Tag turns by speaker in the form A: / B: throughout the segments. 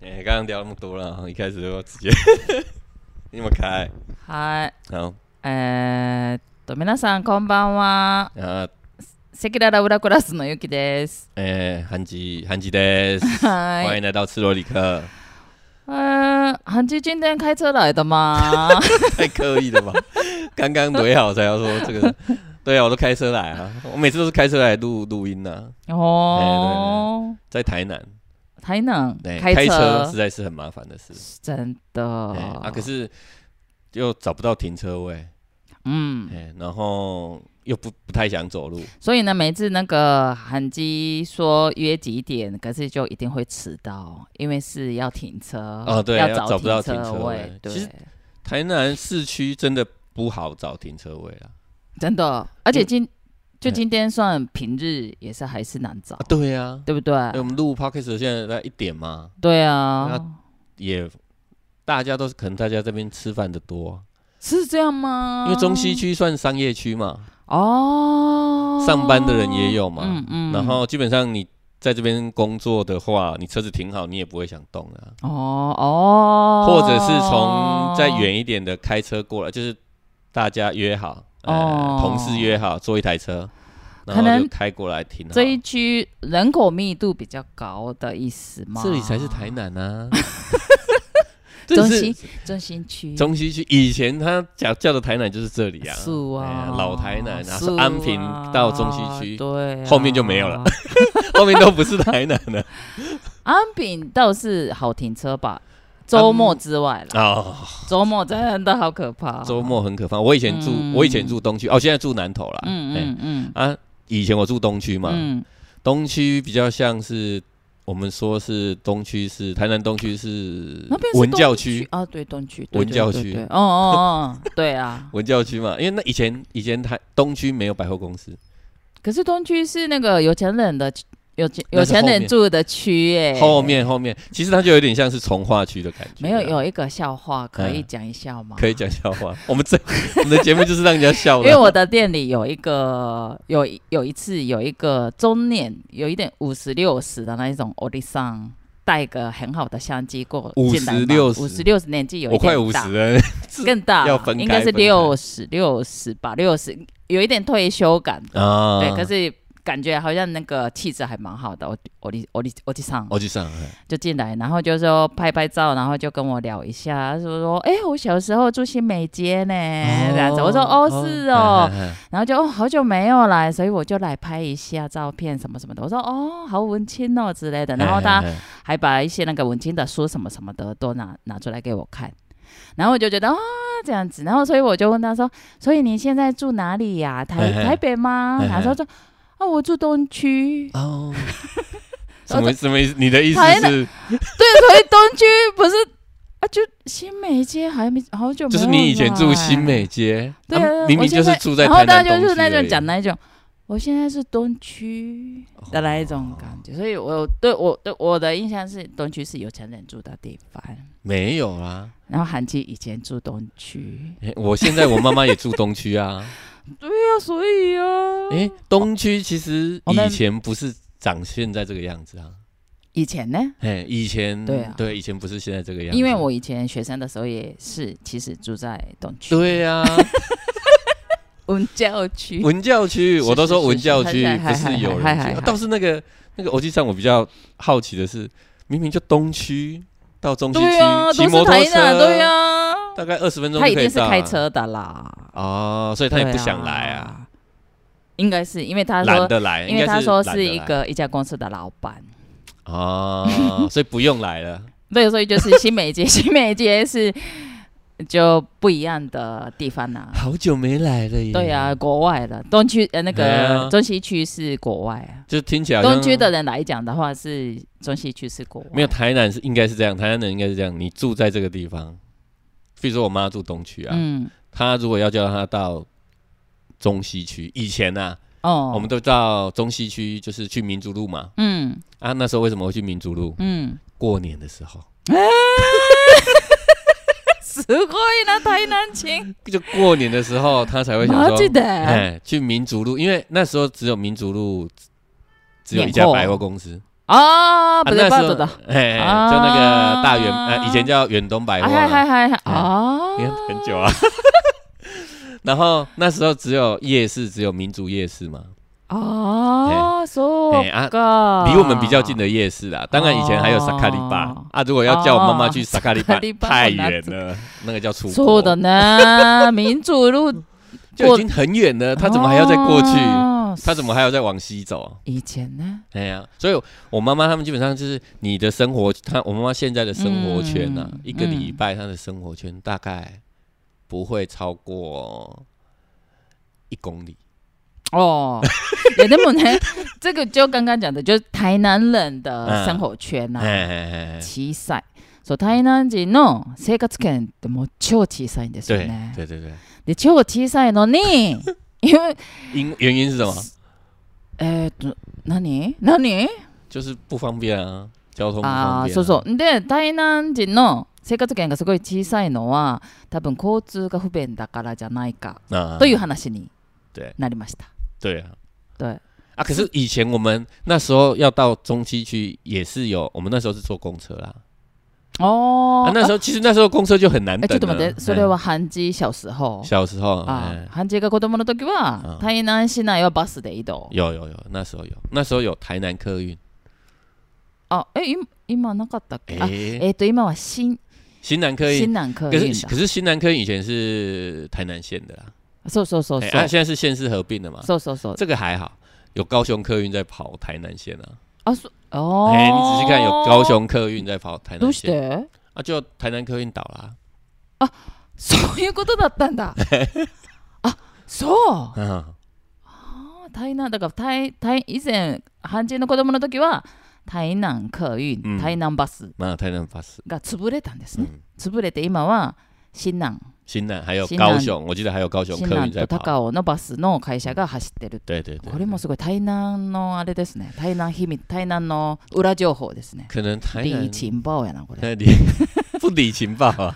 A: 哎、刚刚聊那么多了，一开始就直接 那么可爱。
B: はい。
A: 好，
B: えー、っと、皆さん、こんばんは。
A: 那
B: セキララウラクラスのゆきです。
A: 哎，韩吉，韩吉 des，
B: 嗨
A: 欢迎来到赤裸里克，
B: 呃，韩剧今天开车来的吗？
A: 太刻意了吧？刚刚怼好才要说这个，对啊，我都开车来啊，我每次都是开车来录录音呐、啊，
B: 哦，
A: 在台南，
B: 台南
A: 对，
B: 开
A: 开车
B: 车
A: 实在是很麻烦的事、
B: 真的
A: 哎啊，可是又找不到停车位，
B: 嗯，
A: 哎，然后又不不太想走路，
B: 所以呢，每次那个韩基说约几点，可是就一定会迟到，因为是要停车
A: 哦对要
B: 找
A: 找不到停
B: 车
A: 车
B: 位
A: 位，
B: 对
A: 其，实台南市区真的不好找停车位啊。
B: 真的，而且
A: 因
B: 今就
A: 哎
B: 今天算平日也是还是难找
A: 啊，，对呀、
B: 对不对？
A: 啊，我们录 podcast 现在在一点嘛，
B: 对啊，
A: 也大家都是可能大家这边吃饭的多啊、
B: 是这样吗？
A: 因为中西区算商业区嘛，
B: 哦，
A: 上班的人也有嘛，
B: 嗯嗯，
A: 然后基本上你在这边工作的话，你车子停好，你也不会想动啊，
B: 哦哦，
A: 或者是从再远一点的开车过来，就是大家约好，呃，
B: 哦
A: 同事约好坐一台车，然
B: 可
A: 后
B: 能
A: 就开过来停好。
B: 这一区人口密度比较高的意思吗？
A: 这里才是台南啊， 这
B: 中
A: 是
B: 心中心区，
A: 中西区以前他叫叫的台南就是这里啊，
B: 嗯是
A: 哎
B: 啊
A: 呀，老台南啊，
B: 是
A: 是安平到中西
B: 啊
A: 区，
B: 对啊，
A: 后面就没有了 后面都不是台南了。
B: 安平倒是好停车吧，周末之外了，
A: 哦，
B: 周末真的好可怕。
A: 周，末很可怕。我以前住，
B: 嗯
A: 我以前住东区，哦，现在住南头啦。
B: 嗯
A: 嗯
B: 嗯嗯，
A: 啊，以前我住东区嘛，
B: 嗯，
A: 东区比较像是我们说是东区是台南东区是
B: 那边是
A: 文教
B: 东
A: 区，
B: 啊，对，东区，对
A: 文教，
B: 对
A: 区
B: 对对哦哦哦， 对啊。
A: 文教区嘛，因为那以前以前台东区没有百货公司，
B: 可是东区是那个有钱人的有钱有
A: 那是
B: 钱
A: 后
B: 人
A: 面
B: 住的区哎、
A: 后面后面其实它就有点像是从化区的感觉啊，
B: 没有有一个笑话可以
A: 嗯
B: 讲一下吗？
A: 可以，讲笑话。我们这 我们的节目就是让人家笑
B: 因
A: 的。
B: 为我的店里有一个有一有一次有一个中年有一点五十六十的那一种欧弟桑，带个很好的相机过
A: 50
B: 进来嘛，
A: 60
B: 五十六十年纪有一
A: 我快
B: 点
A: 五
B: 大
A: 十，了，
B: 更大
A: 要分开
B: 应该是
A: 分开
B: 六十六十吧，六十有一点退休感，
A: 啊
B: 对，可是。感觉好像那个气质还蛮好的，我我弟我弟我弟上，
A: 我哦去上海，
B: 就进来，然后就说拍拍照，然后就跟我聊一下，他说说，哎、我小时候住新美街呢，这样子，我说哦 是哦，
A: 哎哎
B: 然后就哦好久没有来，所以我就来拍一下照片什么什么的，我说哦好文青哦之类的，然后他
A: 哎哎哎
B: 还把一些那个文青的书什么什么的都拿拿出来给我看，然后我就觉得啊、这样子，然后所以我就问他说，所以你现在住哪里呀、台
A: 哎哎
B: 台北吗？
A: 哎哎
B: 然后他说啊我住东区，
A: 哦，什么什么意思？你的意思
B: 台南
A: 是
B: 对，所以东区不是啊，就新美街还没好久没
A: 就
B: 有
A: 是你以前住新美街，
B: 来，对
A: 啊
B: 啊、
A: 明明
B: 我现
A: 就是
B: 在
A: 住在
B: 然后
A: 台
B: 大
A: 南
B: 家
A: 东
B: 就是
A: 区
B: 那
A: 而
B: 种
A: 已
B: 讲那一种，我现在是东区的那一种感觉，所以我对我对我的印象是东区是有钱人住的地方，
A: 没有啦。
B: 然后韩琦以前住东区，
A: 哎我现在我妈妈也住东区 啊，
B: 对啊，所以啊，
A: 哎，东区其实
B: 我们
A: 以前不是长现在这个样子啊，
B: 以前呢，
A: 哎，以前
B: 对啊
A: 对，以前不是现在这个样子，
B: 因为我以前学生的时候也是，其实住在东区，
A: 对啊呀，
B: 文教区，
A: 文教区，
B: 是
A: 我都说
B: 是
A: 文教
B: 是
A: 区
B: 是
A: 不是有人
B: 嗨嗨嗨嗨
A: 区，倒是那个那个，我际上我比较好奇的是，明明就东区到中西
B: 对啊，
A: 区骑
B: 都
A: 摩
B: 是
A: 托
B: 台南，
A: 车，
B: 对啊，
A: 大概二十分钟
B: 他
A: 就
B: 一
A: 可以
B: 定是
A: 到啊
B: 开车的啦，
A: 哦，所以他也不想来
B: 对
A: 啊，。
B: 应该是因为啊他
A: 懒
B: 说，
A: 得来，
B: 因为他
A: 应该
B: 说
A: 懒
B: 是
A: 得
B: 一
A: 来
B: 个一家公司的老板，
A: 哦，所以不用来 了。
B: 对，所以 就是新美街，新美街是就不一样的地方 啦、
A: 好久没来了耶
B: 对啊，，国外的东区呃那
A: 哎对
B: 个
A: 啊
B: 中西区是国外啊，
A: 就听起来好像
B: 东区的人来讲的话是中西区是国外，
A: 没有台南是应该是这样，台南人应该是这样，你住在这个地方，比如说我妈住东区啊，
B: 嗯
A: 她如果要叫她到中西区，以前啊，
B: 哦，
A: 我们都到中西区，就是去民族路嘛。
B: 嗯
A: 啊，那时候为什么会去民族路？
B: 嗯，
A: 过年的时候，
B: すごいな台南情，
A: 就过年的时候，他才会想
B: マ
A: 说
B: ジ，で，
A: 哎，去民族路，因为那时候只有民族路只有一家
B: 年后
A: 百货公司，
B: 啊，
A: 啊
B: 不
A: 那
B: 对，
A: 时
B: 巴
A: 候
B: 走的，
A: 哎，就
B: 啊
A: 那个大远，呃，以前叫远东百
B: 哎
A: 货
B: 嗨
A: 嘛，
B: 嗨嗨嗨啊！
A: 你看 很久啊。然后那时候只有夜市，只有民族夜市嘛，
B: 哦，所
A: 嘿啊
B: 个
A: 离我们比较近的夜市啦。当然以前还有萨卡利巴
B: 哦
A: 啊，如果要叫我妈妈去
B: 哦
A: 萨卡利
B: 萨
A: 巴
B: 卡利，巴
A: 太
B: 很难
A: 远了，那个叫出
B: 说
A: 国，
B: 的呢，民主路
A: 就已经很远了， 他怎么还要再过去？
B: 哦
A: 他怎么还要再往西走啊？
B: 以前呢？
A: 哎呀、所以我妈妈他们基本上就是你的生活，她我妈妈现在的生活圈呢、啊
B: 嗯
A: 一个礼拜她的生活圈大概不会超过一公里。
B: 哦，也那么呢， 这个就刚刚讲的，就是台南人的生活圈呐、
A: 哎哎哎哎
B: 小さい。そう台南人の生活圏ってもう超小さいんですよ
A: 对
B: ね。
A: 对对对，
B: で超小さいの に因为
A: 因原因是什么？
B: えーっと何何
A: 就是不方便啊，交通不方
B: あー
A: 便、
B: そうそうで台南人の生活圏がすごい小さいのは多分交通が不便だからじゃないか
A: う。啊
B: という話に
A: 对
B: なりました。
A: 对啊
B: 对
A: 啊！可是以前我们那时候要到中西区也是有，我们那时候是坐公车啦。
B: 哦、哎
A: 啊，那时候其实那时候公车就很难
B: え
A: 等
B: ちょっと
A: 了
B: 待って、それは半時小时候
A: 哎。小时候
B: あ
A: 哎
B: ハンジが子供の時
A: あ
B: は、台南市内はバスで移動。
A: 有有有，那时候有，那时候有台南客运，
B: あ、え、今今なかったっけ、あ、
A: 诶，
B: えっ、と、今は新
A: 哎新南客
B: 哎新
A: 运，
B: 南客啊
A: 可
B: 運
A: 是可
B: だ。
A: 是新南客运以前是台南县的啦，
B: そうそうそうそ
A: 哎
B: う。
A: 啊，现在是县市合并了嘛，
B: そうそうそう。
A: 这个还好，有高雄客运在跑台南县啊，
B: あ、そおー
A: 哎，你仔细看，有高雄客运在跑台
B: ど
A: 南
B: うし
A: 县
B: て
A: 啊，就台南客运倒啦，
B: そういうことだったん だ。あ、そう
A: 嗯，
B: あ台南、だから台、台、以前、ハンジの子供の時は、台南客運、
A: うん
B: 台南バス
A: 那台南巴士，
B: が潰れたんですね。
A: 嗯，
B: 潰れて、今は、新南。
A: 新南还有
B: 新南
A: 高雄，我记得还有高雄
B: 新
A: 客
B: 南
A: 运在
B: と
A: 跑，
B: 高尾のバスの会社が走ってる。
A: 对对对，
B: これもすごい台南のあれですね。台南秘密、台南の裏情報ですね。
A: 可能台
B: リ
A: 南
B: ーチンバオやな、これ。
A: 那里不理情报啊。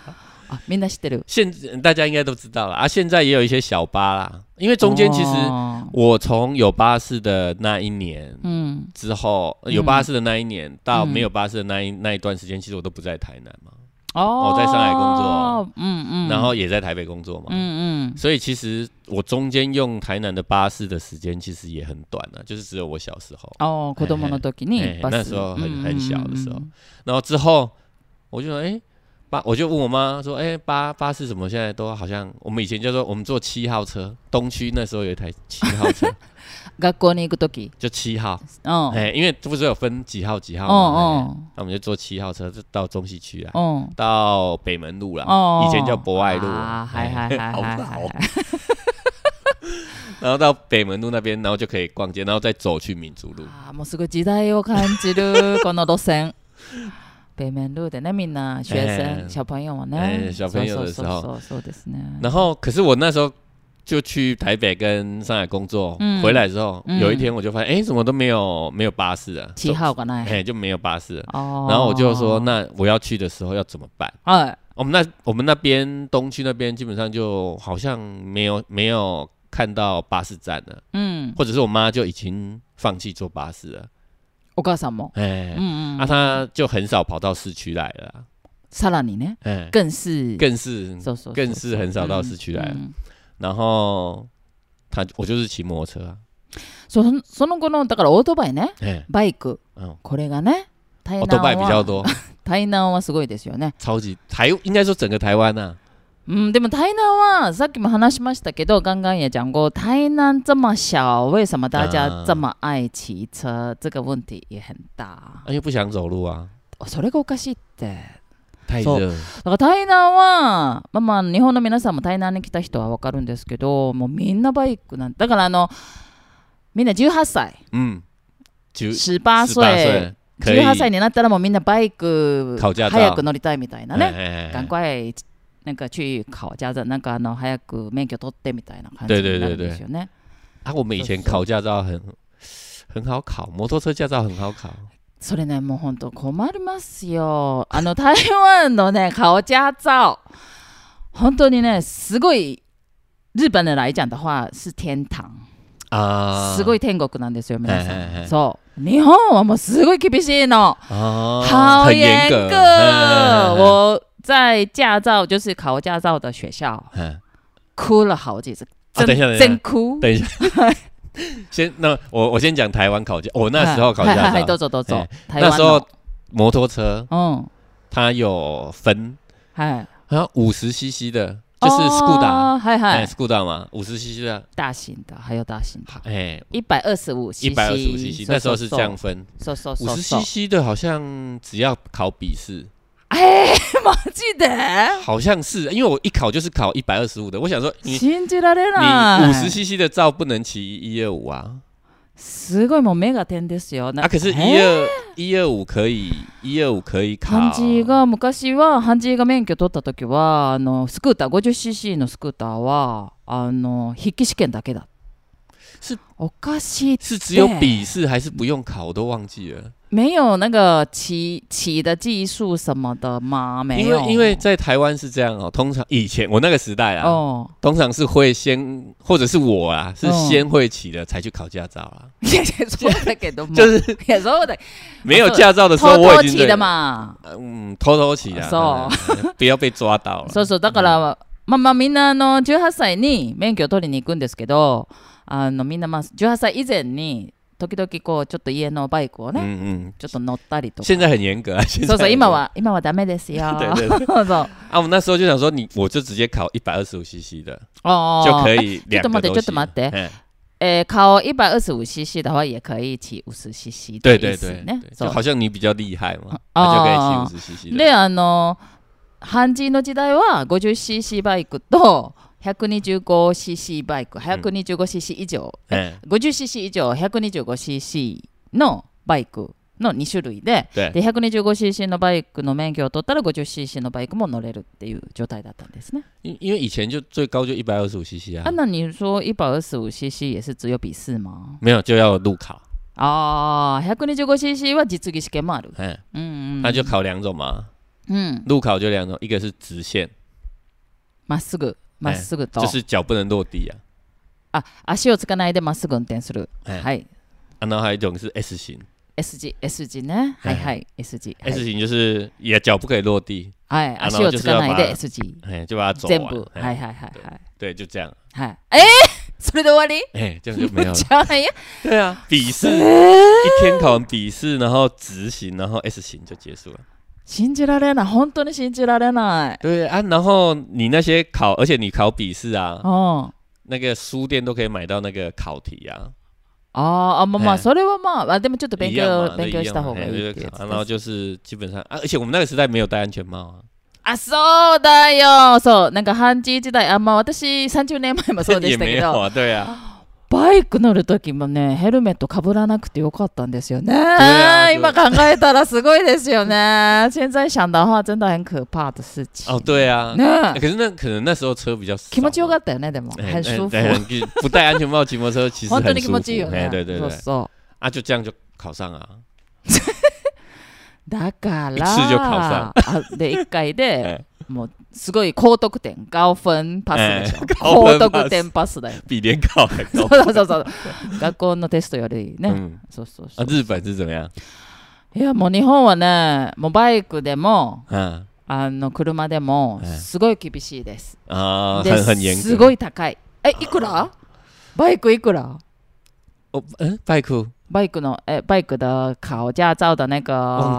B: あ、みんな知ってる。
A: 现大家应该都知道了啊，现在也有一些小巴啦，因为中间其实
B: あー
A: 我从有巴士的那一年
B: うん。
A: 之后，呃有
B: 嗯
A: 巴士的那一年到
B: 嗯
A: 没有巴士的那一那一段时间，其实我都不在台南嘛，
B: ああ
A: 在上海工作。
B: うんうん。
A: 然后也在台北工
B: う
A: 作嘛，
B: んうん。
A: 所以其实我中间用台南的巴士的时间其实也很短啊，就是只有我小时候，
B: ああ、子供の時
A: え
B: に
A: え
B: バス。
A: 那时候很
B: うん
A: 很小的时候
B: うん
A: 然后之后我就说，哎、巴，我就问我妈说，哎、巴巴士怎么现在都好像我们以前叫做我们坐七号车，东区那时候有一台七号车，
B: 学校に行く時。
A: 就七号，
B: うん。うん
A: 哎、因为这不是有分几号几号
B: う
A: 嘛，哎
B: ん。
A: 那我们就坐七号车就到中西区啊，
B: うん。
A: 到北门路啦，
B: うん
A: 以前叫博爱路，
B: ああ、は
A: 哎
B: いはいはい
A: 好
B: はい
A: 老
B: は
A: 哦
B: い。
A: 然后到北门路那边，然后就可以逛街，然后再走去民族路，
B: あーもうすごい時代を感じ るこの路線。北面路でね、みんな、学
A: ええ
B: 生、小朋友は
A: ええ
B: ね。
A: 小朋友的时候
B: そうそうそうそうそうですね。
A: 然后可是我那时候。就去台北跟上海工作，
B: 嗯
A: 回来之后、
B: 嗯
A: 有一天我就发现，哎、怎么都没有没有巴士啊？
B: 七号がない。
A: 哎，就没有巴士了。
B: 哦
A: 然后我就说，，那我要去的时候要怎么办？
B: 哎，
A: 我们那我们那边东区那边基本上就好像没有没有看到巴士站了，
B: 嗯，
A: 或者是我妈就已经放弃坐巴士了。
B: お母さんも，
A: 哎，
B: 嗯
A: 啊，
B: 嗯，
A: 她就很少跑到市区来了啊。
B: さらにね，
A: 哎，
B: 更是
A: 更是
B: そうそうそう
A: 更是很少到市区来了。
B: うん
A: 然后她我就是骑摩托车啊。
B: そのその後のだからオートバイね、
A: 哎，
B: バイク
A: 嗯，
B: これがね、台南
A: 我都哦拜比较
B: は
A: 多，
B: 台南はすごいですよね。
A: 超级台应该说整个台湾啊呐、
B: うん、でも台南はさっきも話しましたけど、ガンガンやジャンゴ、台南这么小，为什么大
A: あ
B: 家
A: ー
B: 这么爱骑车？这个问题也很大
A: 啊，。又不想走路啊，
B: それがおかしいって。
A: 太
B: そう
A: 热了。
B: だから台南は、まあまあ、日本の皆さんも台南に来た人はわかるんですけど、もうみんなバイクなんだからあの、みんな18歳、
A: 嗯，就
B: 18歳、
A: 可以
B: 18歳になったらもうみんなバイク
A: 考驾照
B: 早く乗りたいみたいなね。
A: 哎
B: 赶快なんか去考驾照、なんかあの早く免許取ってみたいな感じ
A: 对对
B: になる
A: 对
B: ん
A: 对
B: ですよね。
A: 啊，我们以前
B: 就是
A: 考驾照很很好考，摩托车驾照很好考。
B: それね、もう本当困りますよ。あの台湾のね、考驾照、本当にね、すごい日本人来讲的话是天堂。
A: あー啊
B: すごい天国なんですよ、皆さ
A: はいはい
B: ん。
A: はい
B: そう。日本はもうすごい厳しい の。
A: 哦，
B: 好
A: 很
B: 严
A: 严
B: 格。
A: 格。
B: 我在驾照就是考驾照的学校
A: 嗯嗯
B: 哭了好几次，
A: 啊
B: 真
A: 等一下等一下
B: 真哭。
A: 等一下，先那我我先讲台湾考驾，我那时候 考
B: 嗨嗨嗨
A: 驾
B: 都走
A: 照，
B: 都走
A: 哎，
B: 台
A: 那
B: 湾
A: 时
B: 哦
A: 候摩托车
B: 嗯，
A: 它有分，
B: 嗨，
A: 好像啊五十 CC 的，就是
B: 哦
A: Scuda，
B: 嗨
A: 哎
B: 嗨，
A: ，Scuda 嘛，五十 CC 的，
B: 大型的还有大型的，
A: 哎，
B: 一百二十五 cc，
A: 一百二十五 CC，那时候是这样，分，
B: 嗖嗖
A: 五
B: 嗖
A: 十
B: 嗖，
A: CC 的好像只要考笔试，
B: 哎，我记得，
A: 好像是，因为我一考就是考一百二十五的，我想说你
B: 信じられ
A: 你
B: ない。
A: 五十 CC 的照不能骑一二五啊，
B: すごいもう目が点ですよ。な
A: 啊，可是，一
B: え
A: 二一二五可以，一二五可以考。
B: ハンジーが昔はハンジーが免許取った時はあのスクーター 50cc のスクーターはあの筆記試験だけだ。
A: 是
B: おかしい。
A: 是只有笔试还是不用考？我都忘记了，
B: 没有那个骑骑的技术什么的吗？没
A: 因
B: 有，
A: 为因为在台湾是这样哦，通常以前我那个时代啊，
B: 哦，
A: 通常是会先，或者是我啊，是
B: 哦
A: 先会骑的才去考驾照啊，
B: 也也说的给都
A: 就是是
B: 也说 的
A: 没有驾照的时候
B: 哦偷
A: 我
B: 偷
A: 已经
B: 骑
A: 对
B: 的，嘛。
A: 嗯，偷偷骑的，
B: 是哦
A: 嗯 不要被抓到了。
B: そうそう、だから、まあまあみんなあの18歳に免許を取りに行くんですけど、あのみんなまあ18歳以前に時々こうちょっと家のバイクをね、
A: 嗯
B: ちょっと乗ったりと
A: 嗯，
B: か。
A: 现在很严格啊，现在
B: そうそう、
A: 很
B: 今
A: 严
B: は、今はダメですよ。
A: 格对对 对
B: そうそう。
A: 啊，我们那时候就想说你，我就直接考一百二十五 CC 的
B: 哦
A: 就可
B: 哎
A: 以两个
B: ちょっと待って
A: 都骑
B: ちょっと待って
A: 嗯
B: えー、顔 125cc 的话也可以骑 50cc
A: 对
B: 的意
A: 对
B: 思
A: 对，
B: ね。
A: 对
B: そ
A: 就
B: う
A: 好像你比较厉害嘛，
B: 哦
A: 他就可以骑五十 CC 的。
B: で、あの、ハンジーの時代は 50cc バイクと 125cc バイク、125cc 以上、
A: 嗯，
B: 50cc 以上 125cc のバイクの2種類で
A: 对，
B: で 125cc のバイクの免許を取ったら 50cc のバイクも乗れるっていう状態だったんですね。
A: 因因为以前就最高就一百二十五 CC 啊
B: あ、，那你说 125cc 也是只有笔试吗？
A: 没有就要路考，
B: ああ、125cc は実技試験もある。
A: 嗯，
B: うん、うん。
A: 那就考两种嘛，
B: うん。
A: 路考就两种，一个是直线，
B: まっすぐ、まっすぐと。
A: 就是脚不能落地啊，
B: あ、足をつかないでまっすぐ運転する。
A: 哎
B: はい。
A: 啊，然后还有一种是 S 型
B: S 字、S 字ね。はいはい。S 字。は
A: ，S
B: い。
A: 型就是也脚不可以落地，
B: はい、
A: あの
B: 足をつかないで
A: ち
B: S 字。
A: 哎，就把它走
B: 全
A: 完
B: 部。。は
A: 哎
B: いはいはいはい。
A: 对，就这样，
B: はい。えー、それで終わり
A: 哎，这 样就没有了
B: じ。ゃあいや
A: 对啊，笔试一天考完笔试，然后直行，然后 S 型就结束了。
B: 信じられない。本当に信じられない。
A: 对啊，然后你那些考，而且你考笔试啊，
B: うん。あ
A: 那个书店都可以买到那个考题
B: ー
A: 啊，
B: あ、まあまあ、
A: ええ
B: それはまああ、でもちょっと勉
A: 一样
B: 強
A: 嘛，
B: 勉
A: 都
B: 強
A: 一
B: した
A: 样嘛
B: 方がい
A: 哎
B: い
A: 就
B: って
A: 是
B: やつ
A: 考啊然后
B: です。
A: 就是基本上啊，而且我们那个时代没有戴安全帽啊，
B: あ、そうだよ。そう。なんか、ハンジ時代、あ、まあ私30年前もそうで
A: 也
B: した
A: 没
B: け
A: 有
B: ど、
A: 啊，对啊，
B: バイク乗る時もね、ヘルメットかぶらなくてよかったんですよね。
A: あ
B: 今考えたらすごいですよね。现在想的话、真的很可怕的事情。
A: 哦，对啊，
B: ね
A: 哎可是那可能那时候车比较少嘛，啊
B: 気持ちよかったよね、でも。
A: 哎，
B: 很舒服。哦
A: 哎哎很不戴安全帽骑摩托车其实
B: 本当
A: 很
B: に気
A: 舒
B: 持ちいいよ
A: 服，
B: ね
A: 哎，。对对
B: そう
A: 对，
B: そう。
A: 啊，就这样就考上啊，
B: だから、
A: 一次就考
B: あ
A: 上
B: で、1回 で、もう、すごい高得点、高分パスでしょ。高
A: 高分パス
B: 得点パスだよ。
A: 比联考还
B: そ
A: 高
B: う。そうそうそう。学校のテストよりね。
A: 嗯，
B: そうそうそ
A: 啊
B: う，。
A: 日本是怎么样？
B: いや、もう日本はね、もうバイクでも、
A: 嗯
B: あの、車でも、
A: ええ
B: すごい厳しいです。
A: 啊，
B: で
A: 很很严
B: す
A: 格。
B: ごい高い。え、いくらバイクいくら
A: 哦，嗯，拜酷
B: バイクの、え、バイク的考驾照的那
A: 忘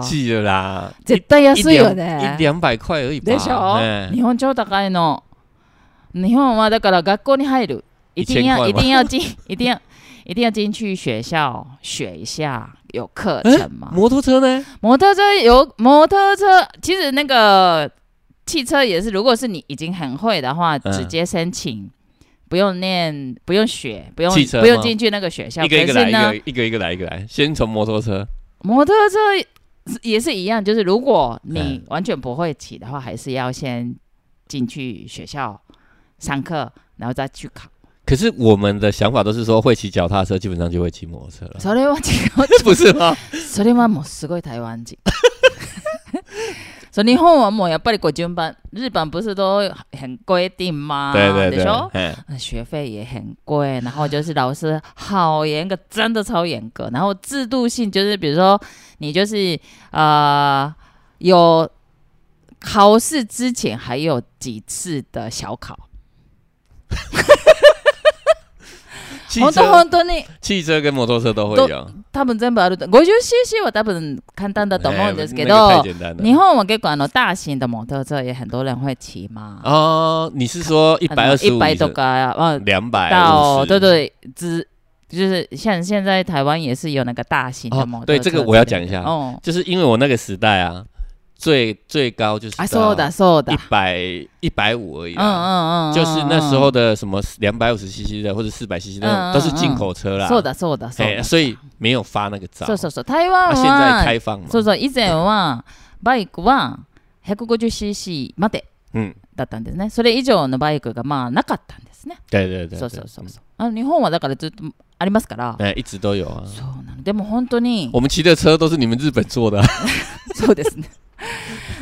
B: 个、
A: 记了啦，
B: 絶対
A: 一
B: 安いよ
A: 两
B: ね。
A: 一两百块而已吧。
B: でしょ、
A: 哎
B: 日本超高いの。日本はだから学校に入る。一定要
A: 1000
B: 一
A: 块吗
B: 定要进，一定要一定要进去学校学一下，有课程吗？
A: 摩托车呢？
B: 摩托车有摩托车，其实那个汽车也是，如果是你已经很会的话，
A: 嗯
B: 直接申请，不用念，不用学，不用
A: 汽车吗
B: 不用进去那个学校。
A: 一个一个
B: 可
A: 来，
B: 是
A: 一
B: 呢，
A: 个一个一个来，一个来。先从摩托车，
B: 摩托车也是一样，就是如果你
A: 嗯
B: 完全不会骑的话，还是要先进去学校上课，然后再去考。
A: 可是我们的想法都是说，会骑脚踏车基本上就会骑摩托车了，
B: それは違う。
A: 不是吗？
B: それはもうすごい台湾人。所以日本はもうやっぱりこう順番、日本不是都很规定吗？
A: 对对
B: で
A: 对
B: しょ？，
A: 哎，
B: 那学费也很贵，然后就是老师好严格，真的超严格。然后制度性就是，比如说你就是呃有考试之前还有几次的小考，
A: 汽
B: 本当
A: 车、
B: 本当に
A: 汽车跟摩托车都会
B: 都
A: 有。
B: 多分全部あると。50cc は多分簡単だと思うんですけ
A: 哎
B: ど、
A: 那个太简单
B: 日
A: 了。
B: 本は結構あの大型的摩托车也很多人会骑嘛，
A: 哦，你 是说一
B: あ
A: 百
B: の
A: 二十五、
B: 100とか啊
A: 两百
B: 到
A: 五
B: 对
A: 十？
B: 对，只就是像现在台湾也是有那个大型的
A: 哦
B: 摩托车之类
A: 对
B: 的、
A: 这个我要讲一下
B: 哦，
A: 就是因为我那个时代啊，最最高就是
B: 啊，そうだそうだ
A: 一，百一百五而已
B: 嗯嗯
A: 啦。
B: 嗯，
A: 就是那时候的什么两百五十 CC 的或者四百 CC
B: 嗯嗯嗯
A: 那种都是进口车啦，
B: そうだそうだそう
A: 哎，
B: だ。
A: 所以没有发那个照。
B: そうそうそう。台湾
A: 啊，
B: は
A: 现在开放嘛
B: そ，うそう以前はバイクは 150cc まで
A: 嗯，
B: だったんですね。それ以上のバイクがまあなかったんですね。
A: 对对对，
B: そう
A: 对
B: そうそうそう。あの日本はだからずっとありますから。
A: 哎，一直都有啊。
B: そうなの。でも本当に
A: 我们骑的车都是你们日本做的啊、
B: そうですね。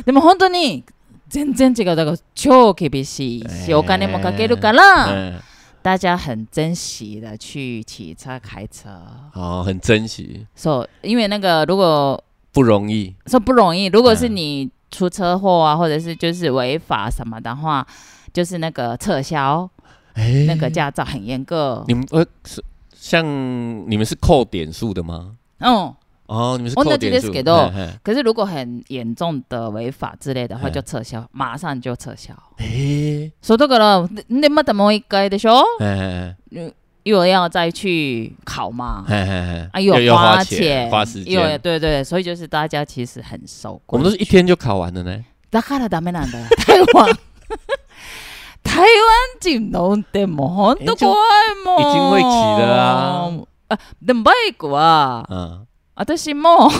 B: でも本当に全然違う。だから超厳しいし、
A: えー
B: お金もかけるから、
A: 嗯，
B: 大家很珍惜的去骑车、开车。
A: 好、哦很珍惜，
B: そう、因为那个如果
A: 不容易。
B: 说不容易，如果是
A: 嗯
B: 你出车祸啊，或者是就是违法什么的话，就是那个撤销
A: 哎、
B: 那个驾照很严格
A: 你。们呃是像你们是扣点数的吗？
B: 嗯，
A: 哦，你们是
B: 同
A: 扣
B: じ
A: 点
B: です
A: 数
B: けど
A: 嘿嘿
B: 可是如果很严重的违法之类的话，
A: 嗯
B: 就撤销，马上就撤销。
A: 哎、
B: そうだから、ででまたもう一回でしょ？
A: 哎
B: 又要再去考嘛
A: 哎，哎哎
B: 啊，
A: 哎，
B: 又
A: 要要花
B: 钱，
A: 花时
B: 又
A: 间。
B: 对对，所以就是大家其实很熟。
A: 我们都是一天就考完的呢。
B: だからダメなんだよ、 台湾。台湾人の運転も本当怖いもん。
A: 一定会骑的啊
B: あでもバイクは
A: 嗯，
B: 私も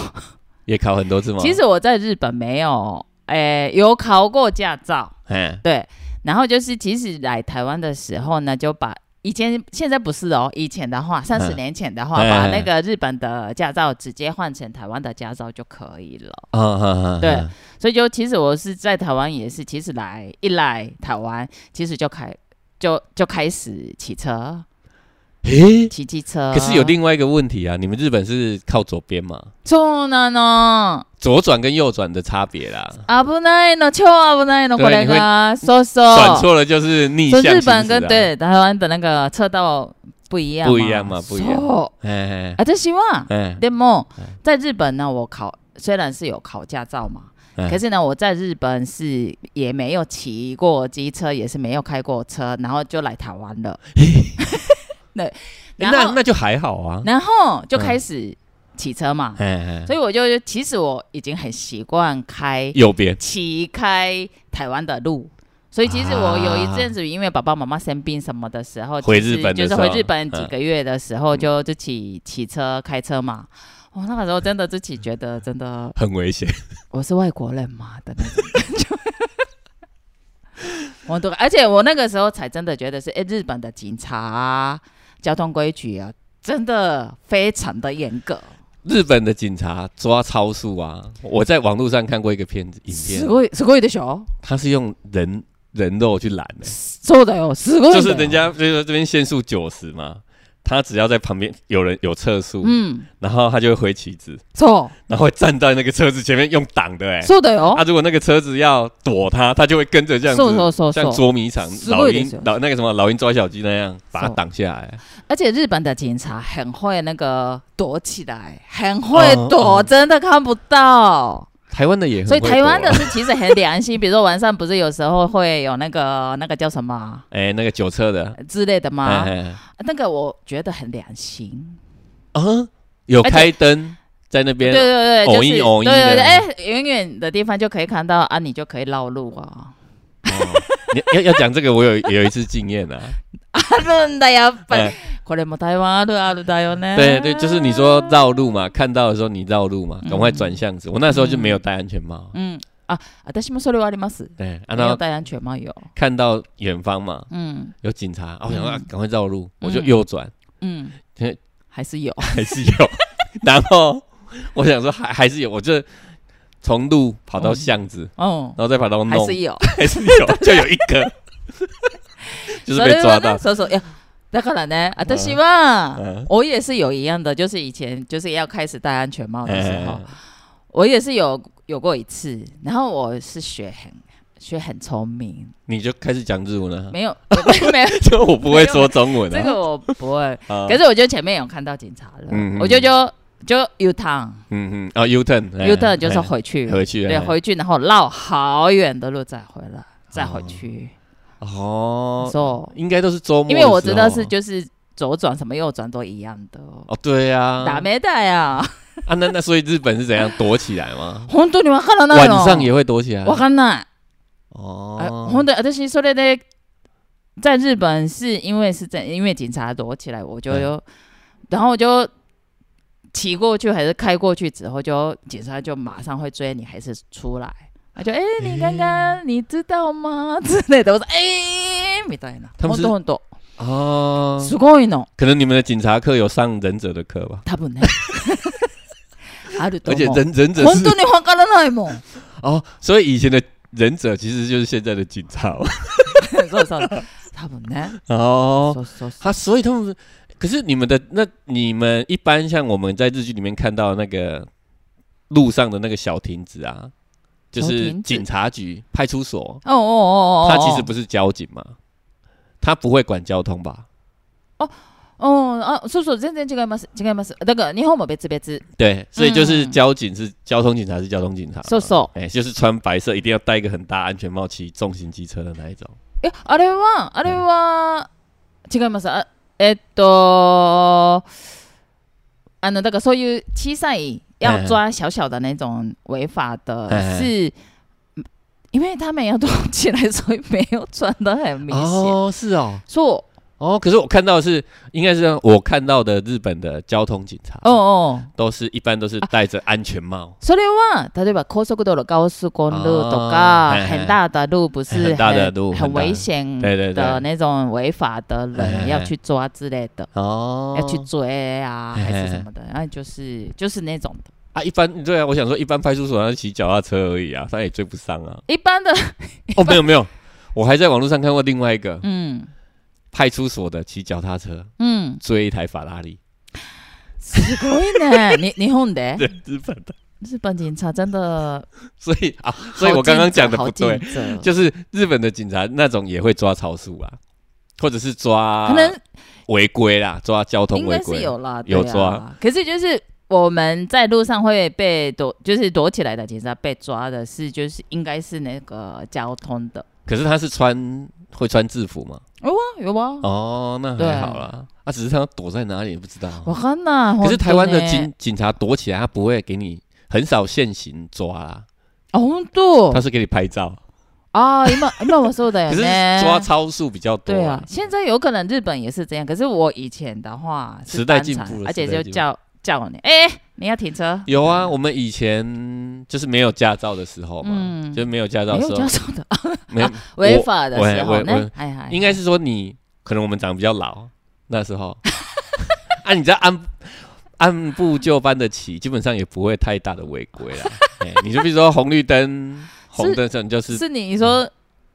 A: 也考很多次吗？
B: 其，实我在日本没有，诶、有考过驾照，
A: 哎，
B: 对。然后就是其实来台湾的时候呢，就把以前现在不是哦，以前的话，三十
A: 嗯
B: 年前的话，
A: 哎
B: 把
A: 哎
B: 那
A: 哎
B: 个日本的驾照直接换成台湾的驾照就可以了。
A: 啊啊啊，
B: 对
A: 嗯
B: 所以就其实我是在台湾也是，其实来一来台湾，其实就开就就开始骑车、
A: 诶、
B: 骑机车。
A: 可是有另外一个问题啊，你们日本是靠左边嘛？
B: そうなの。
A: 左转跟右转的差别啦。
B: 危ないの、超危ないの、
A: 对
B: これが。そう
A: 转
B: そう。
A: 错了就是逆
B: 所
A: 向
B: 以
A: 行驶、啊。
B: 哦日本跟对台湾的那个车道不一样嘛，
A: 不一样嘛不一样
B: そう
A: 哎，
B: 私は
A: 哎
B: でも
A: 哎
B: 在日本呢，我考虽然是有考驾照嘛，
A: 哎，
B: 可是呢，我在日本是也没有骑过机车，也是没有开过车，然后就来台湾了。 对，
A: 欸
B: 然
A: 那
B: 后
A: 那就还好啊。
B: 然后就开始骑车嘛，
A: 哎哎，
B: 所以我就其实我已经很习惯开
A: 右边
B: 骑开台湾的路。所以其实我有一
A: 啊
B: 阵子，因为爸爸妈妈生病什么的时候，
A: 回
B: 其实
A: 日本的
B: 就是
A: 时
B: 回
A: 候
B: 日本
A: 嗯
B: 几个月的时候，就就骑骑车开车嘛。我、那个时候真的自己觉得真的
A: 很危险。
B: 我是外国人嘛的那种 感觉。我都，而且我那个时候才真的觉得是，哎、日本的警察、啊、交通规矩啊，真的非常的严格。
A: 日本的警察抓超速啊！我在网络上看过一个片子影
B: す
A: 片，
B: ごいすごいでしょ？
A: 他是用人人肉去拦的、
B: そうだよ、すごいんだ
A: 就
B: よ。
A: 是人家就是说这边限速九十嘛，他只要在旁边有人有测速，
B: 嗯，
A: 然后他就会挥旗子，
B: そ
A: 然后会站在那个车子前面用挡的、
B: う、
A: 欸，
B: そうだよ
A: 哎，啊，，如果那个车子要躲他，他就会跟着这样子，
B: そうそうそう
A: 像
B: そう。
A: 捉迷藏
B: 是
A: 老
B: 会的
A: 鹰
B: 是
A: 老那个什么老鹰抓小鸡那样把它
B: 是
A: 挡下来，
B: 而且日本的警察很会那个躲起来，很会
A: 嗯
B: 躲，
A: 嗯
B: 真的看不到。
A: 台湾的也很
B: 所
A: 会
B: 以
A: 躲啊，
B: 台湾的是其实很良心，比如说晚上不是有时候会有那个那个叫什么啊
A: 哎、那个酒车的，
B: 之类的吗？
A: 哎哎
B: 那个我觉得很良心。
A: 啊，有
B: 而且
A: 开灯在
B: 对
A: 那边，
B: 对对，就
A: 偶
B: 是
A: 一偶一
B: 对对
A: 的
B: 对，哎，远远的地方就可以看到啊，你就可以绕路啊。
A: 哦你要要讲这个，我有有一次经验啊，
B: あるんだやっぱり
A: 哎。
B: これも台湾あるあるだよね。
A: 对对，就是你说绕路嘛，看到的时候你绕路嘛，赶快转巷子。我那时候就没有戴安全帽，
B: 嗯啊，私もそれはあります。
A: 对，
B: 没
A: 啊然
B: 有
A: 后
B: 戴安全帽有。
A: 看到远方嘛
B: 嗯
A: 有警察，啊我想说啊
B: 嗯
A: 赶快绕路，我就
B: 嗯
A: 右转，
B: 嗯
A: 哎，
B: 还是有。
A: 还是有，然后我想说还还是有，我就从路跑到巷子，
B: 哦，
A: 然后再跑到
B: 还
A: 弄
B: 是，有。
A: 还是 有，就有一个， 就是被抓到。
B: そうそういやだからね、私は、
A: 嗯
B: 我也是有一样的，就是以前就是要开始戴安全帽哦的时候，
A: 哎，
B: 我也是有有过一次，然后我是学很学很聪明，
A: 你就开始讲日文了，
B: 没有 没有 没有
A: 就我不会说中文
B: 这
A: 啊。
B: 个我不会，
A: 啊
B: 可是我就前面有看到警察了，
A: 嗯嗯
B: 我就就就 U turn
A: 嗯嗯，啊，U turn
B: U turn 就是回
A: 哎
B: 去，
A: 回去，
B: 对
A: 哎
B: 回去，然后绕好远的路再回来，再回去，
A: 哦，
B: so
A: 应该都是哦周末的时
B: 因
A: 候，
B: 为我知道是就是左转什么右转都一样的。
A: 哦，对呀，
B: ダメだよ。
A: 啊，那那所以日本是怎样躲起来 吗？
B: 本当にわからない
A: 晚
B: の。
A: 上也会躲起来？
B: わかんない。哎
A: 哦，
B: 本当に私それで在日本是因为是在因为警察躲起来，我就、然后我就骑过去还是开过去之后就，警察就马上会追你，还是出来。他就哎、你刚刚你知道吗？ 之类的，我说哎、みたいな。本
A: 他们是
B: 当本当
A: 哦，
B: すごいの。
A: 可能你们的警察课有上忍者的课吧？
B: 多分 ね。あると
A: 而
B: 思
A: 且
B: う。
A: 忍忍者
B: 本
A: 是
B: 当にわからないもん。
A: 哦，所以以前的忍者其实就是现在的警察嘛
B: そうそう。多分ね。
A: 哦。
B: そうそうそう。
A: 他所以他们，可是你们的那你们一般像我们在日剧里面看到的那个路上的那个小亭子啊，就
B: 小
A: 是
B: 亭子
A: 警察局、派出所，
B: 哦哦哦哦哦。
A: 它其实不是交警嘛，它不会管交通吧？
B: うん、あ、そうそう、全然違います。違います。だから日本も別々。
A: 对，所以就是
B: 嗯
A: 交警是、交通警察是交通警察嘛，
B: そうそ
A: 哎、就是穿白色，一定要戴一个很大安全帽，骑重型机车的那一种。
B: う。え、あれは、あれは、違います。あえっと、あの、だからそういう小さい、要抓小小的那种违法的
A: 哎哎
B: 是，因为他们要躲起来，所以没有穿的很明显。
A: 哦，是哦，
B: そう。
A: 哦，可是我看到的是，应该是这样我看到的日本的交通警察，
B: うんうん。
A: 都是一般都
B: 啊
A: 是戴着安全帽，
B: それは例えば高速道路、高速公路と
A: あ
B: か
A: ーはいはい
B: 很大的路不是
A: 很大的路很
B: 很
A: 大的
B: 危险
A: 对对对
B: 的那种违法的
A: 哎哎
B: 人要去抓之类的，
A: 哦，
B: 要去追啊
A: 哎哎
B: 还是什么的，然后就是就是那种的。
A: 啊，一般对啊，我想说，一般派出所他骑脚踏车而已啊，他也追不上 啊。
B: 一 般的，
A: 哦，没有没有，我还在网络上看过另外一个
B: 嗯
A: 派出所的骑脚踏车
B: 嗯，
A: 追一台法拉利，
B: すごいね。你你混的
A: 对，日本的，
B: 日本警察真的
A: 所以啊，
B: 好
A: 所以我刚刚讲的不
B: 尽责
A: 对
B: 好，尽责
A: 就是日本的警察那种也会抓超速啊，或者是抓
B: 可能
A: 违规啦，抓交通
B: 应
A: 违
B: 该是
A: 规。
B: 有啦，
A: 有
B: 对啊
A: 抓。
B: 可是就是我们在路上会被躲，就是躲起来的警察被抓的是，就是应该是那个交通的。
A: 可是他是穿会穿制服吗？
B: 有啊，有啊。
A: 哦，那
B: 对
A: 还好啦。啊，只是他躲在哪里也不知道啊。
B: 我看呐，
A: 可是台湾的
B: 本当呢
A: 警警察躲起来，他不会给你很少现行抓啦，
B: 哦，本当
A: 他是给你拍照，
B: 啊，今今我说的
A: 可
B: 有
A: 是
B: 呢，
A: 抓超速比较多
B: 对啊。，现在有可能日本也是这样，可是我以前的话是
A: 时代
B: 单
A: 进
B: 场
A: 步了
B: 而且
A: 时代
B: 就
A: 进步
B: 叫叫你，哎，你要停车，
A: 有啊，我们以前就是没有驾照的时候嘛，
B: 嗯
A: 就是没有驾照
B: 没
A: 的
B: 有哎
A: 时
B: 教
A: 候，
B: 授的
A: 没有，
B: 违法的时
A: 我
B: 候
A: 我
B: 呢
A: 我，
B: 哎哎，
A: 应该是说你可能我们长得比较老那时候， 啊，你知道按按部就班的骑，基本上也不会太大的违规 啦。哎你就比如说红绿灯，红灯上你就是
B: 是你说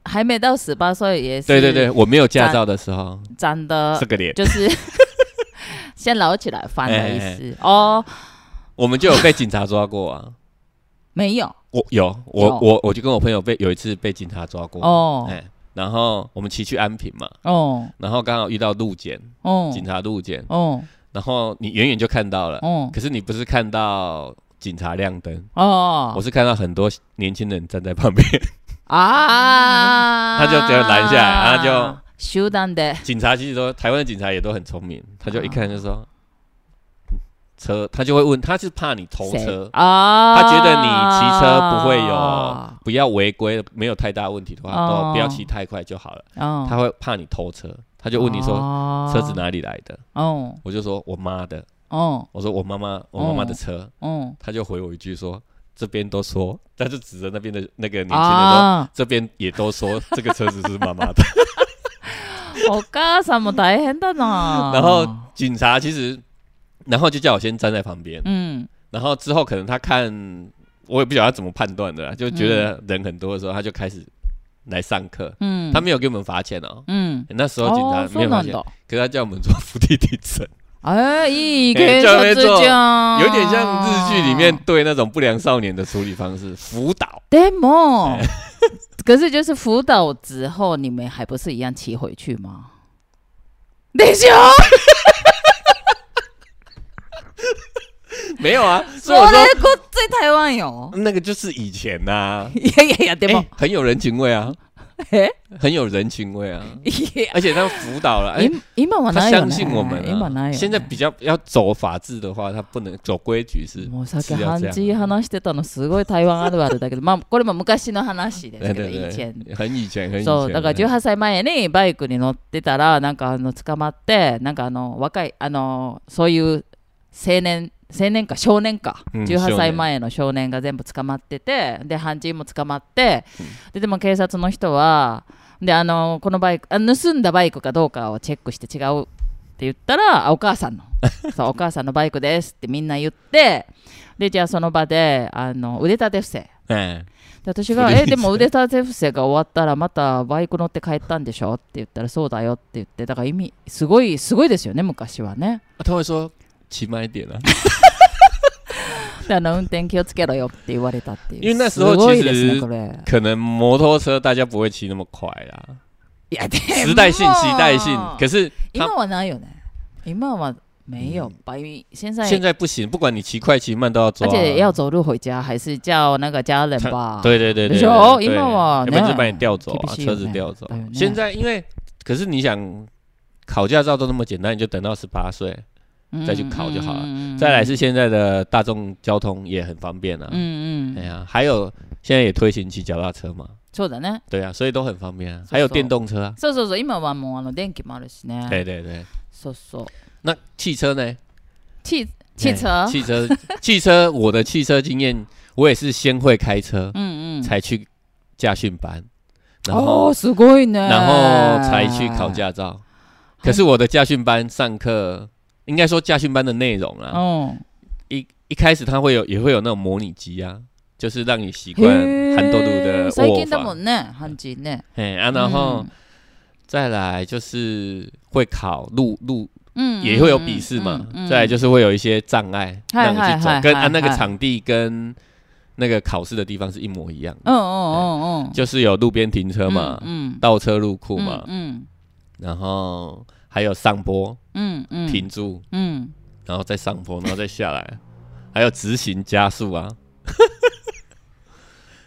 B: 还没到十八岁也是呃
A: 对对对，我没有驾照的时候，
B: 长得
A: 这个脸
B: 就是 先捞起来翻的意
A: 哎
B: 思哦，
A: 我们就有被警察抓过啊。
B: 没有
A: 我有，我
B: 有
A: 我我就跟我朋友被有一次被警察抓过，
B: 哦
A: 哎，然后我们骑去安平嘛，
B: 哦
A: 然后刚好遇到路检，
B: 哦
A: 警察路检，
B: 哦
A: 然后你远远就看到了，
B: 哦
A: 可是你不是看到警察亮灯，我
B: 哦
A: 是看到很多年轻人站在旁边，
B: 啊，
A: 他就直接拦下来他就
B: 修蛋的
A: 警察其实说台湾的警察也都很聪明，他就一看就说、嗯车，他就会问，他是怕你头车。
B: 啊，
A: 他觉得你骑车不会有不要违规，没有太大问题的话，都
B: 哦
A: 不要骑太快就好了。
B: 哦，
A: 他会怕你偷车，他就问你说
B: 说
A: 车子？哪里来的？
B: 哦
A: 我就说我妈的，
B: 哦
A: 我说我妈妈，我妈妈的车，
B: 哦，
A: 他就回我一句说这边都说，他就指着那边的那个年轻人说、
B: 啊，
A: 这边也都说这个车子是妈 妈的。
B: お母さんも大変だな。
A: 然后警察其实，然后就叫我先站在旁边，
B: 嗯
A: 然后之后可能他看我也不晓得他怎么判断的啦，就觉得人很多的时候，他就开始来上课。
B: 嗯，
A: 他没有给我们罚钱哦，
B: 嗯，
A: 那时候警察
B: 哦
A: 没有罚钱，
B: そうなんだ
A: 可是他叫我们做伏地挺身，
B: 哎，咦，可
A: 哎
B: 以
A: 就
B: 做
A: 没
B: 这
A: 做
B: 样，
A: 有点像日剧里面。对那种不良少年的处理方式，辅导。
B: demo，可是就是辅导之后，你们还不是一样骑回去吗？等一下，
A: 没有啊，所以我
B: 我
A: 说
B: 来过在台湾 有，
A: 那个就是以前呐、
B: 呀呀呀
A: 哎
B: ，demo，
A: 很有人情味啊，
B: 哎，
A: 很有人情味啊，
B: いや
A: 而且他辅导了，哎、
B: 今今は
A: 他
B: ないよ
A: 相
B: ね
A: 信我们、
B: 今ない
A: 啊。
B: よね
A: 现在比较要走法治的话，他不能走规矩是。
B: もうさっき
A: 是要
B: ハン
A: 这样
B: ジ話してたのすごい台湾あるあるだけどまあこれも昔の話ですけ
A: 对
B: ど
A: 对
B: 以前
A: 对，很以前，很以前。
B: そうだから18歳前にバイクに乗ってたらなんかあの捕まってなんかあの若いあのそういう青年青年か少年か、
A: うん
B: 18歳前の少年が全部捕まっててで犯人も捕まって、ででも警察の人はであのこのバイクあ盗んだバイクかどうかをチェックして違うって言ったらあお母さんのそうお母さんのバイクですってみんな言ってでじゃあその場であの腕立て伏せ
A: 嗯，
B: で私
A: そ
B: が「
A: れいい
B: え
A: です
B: で
A: ね
B: も腕立て伏せが終わったらまたバイク乗って帰ったんでしょ?」って言ったら「そうだよ」って言ってだから意味すごいすごいですよね昔はね
A: 啊他会说骑慢一点啊，
B: であの運転気をつけろよって言われたっていう
A: 因为那时候
B: すごいです
A: 其
B: ね
A: 实
B: これ
A: 可能摩托车大家不会骑那么快 啦，
B: いやでも
A: 时代性、期待性。可是
B: 今
A: 他
B: はないよね今は没有バイ现在
A: 现在不行，不管你骑快骑慢都要抓
B: 而
A: 啊。
B: 且要走路回家还是叫那个家人吧
A: 对对对对，
B: でしょ今は
A: 要不然就把你
B: ね
A: 调走啊，
B: TPC
A: 车子
B: 有没有
A: 调走
B: 哎对有没。有
A: 现在因为，可是你想考驾照都那么简单，你就等到十八岁。再去考就好了
B: 了
A: 再来是现在的大众交通也很方便啊，
B: 嗯
A: 哎
B: 嗯
A: 呀，还有现在也推行骑脚踏车嘛，
B: そうだね
A: 对啊，所以都很方便啊，
B: 是
A: 还有电动车啊，
B: そうそうそう今はもうあの電気もあるしね
A: 对对对，
B: そうそう
A: 那汽车呢？
B: 汽汽车
A: 哎汽车， 汽车，我的汽车经验，我也是先会开车，
B: 嗯嗯，
A: 才去驾训班，然后
B: 哦，すごいね。
A: 然后才去考。驾照。
B: 啊
A: 可是我的驾训班上课，应该说驾训班的内容啊，
B: 哦，
A: 一一开始他会有也会有那种模拟机啊，就是让你习惯韩豆豆的
B: 最
A: 握
B: 近だも
A: 法，
B: んね、ハンジね。
A: 哎啊，然
B: 嗯
A: 后再来就是会考路路，
B: 嗯，
A: 也会有笔试嘛，再来就是会有一些障碍
B: 嗨
A: 让你去走
B: 嗨，
A: 跟
B: 嗨
A: 啊那个
B: 嗨
A: 场地跟那个考试的地方是一模一样的，
B: 嗯嗯嗯嗯，
A: 就是有路边停车嘛，
B: 嗯，
A: 倒车入库嘛，
B: 嗯
A: 然后还有上坡
B: 嗯嗯，
A: 停，住，
B: 嗯，
A: 然后再上坡，然后再下来， 还有直行加速啊，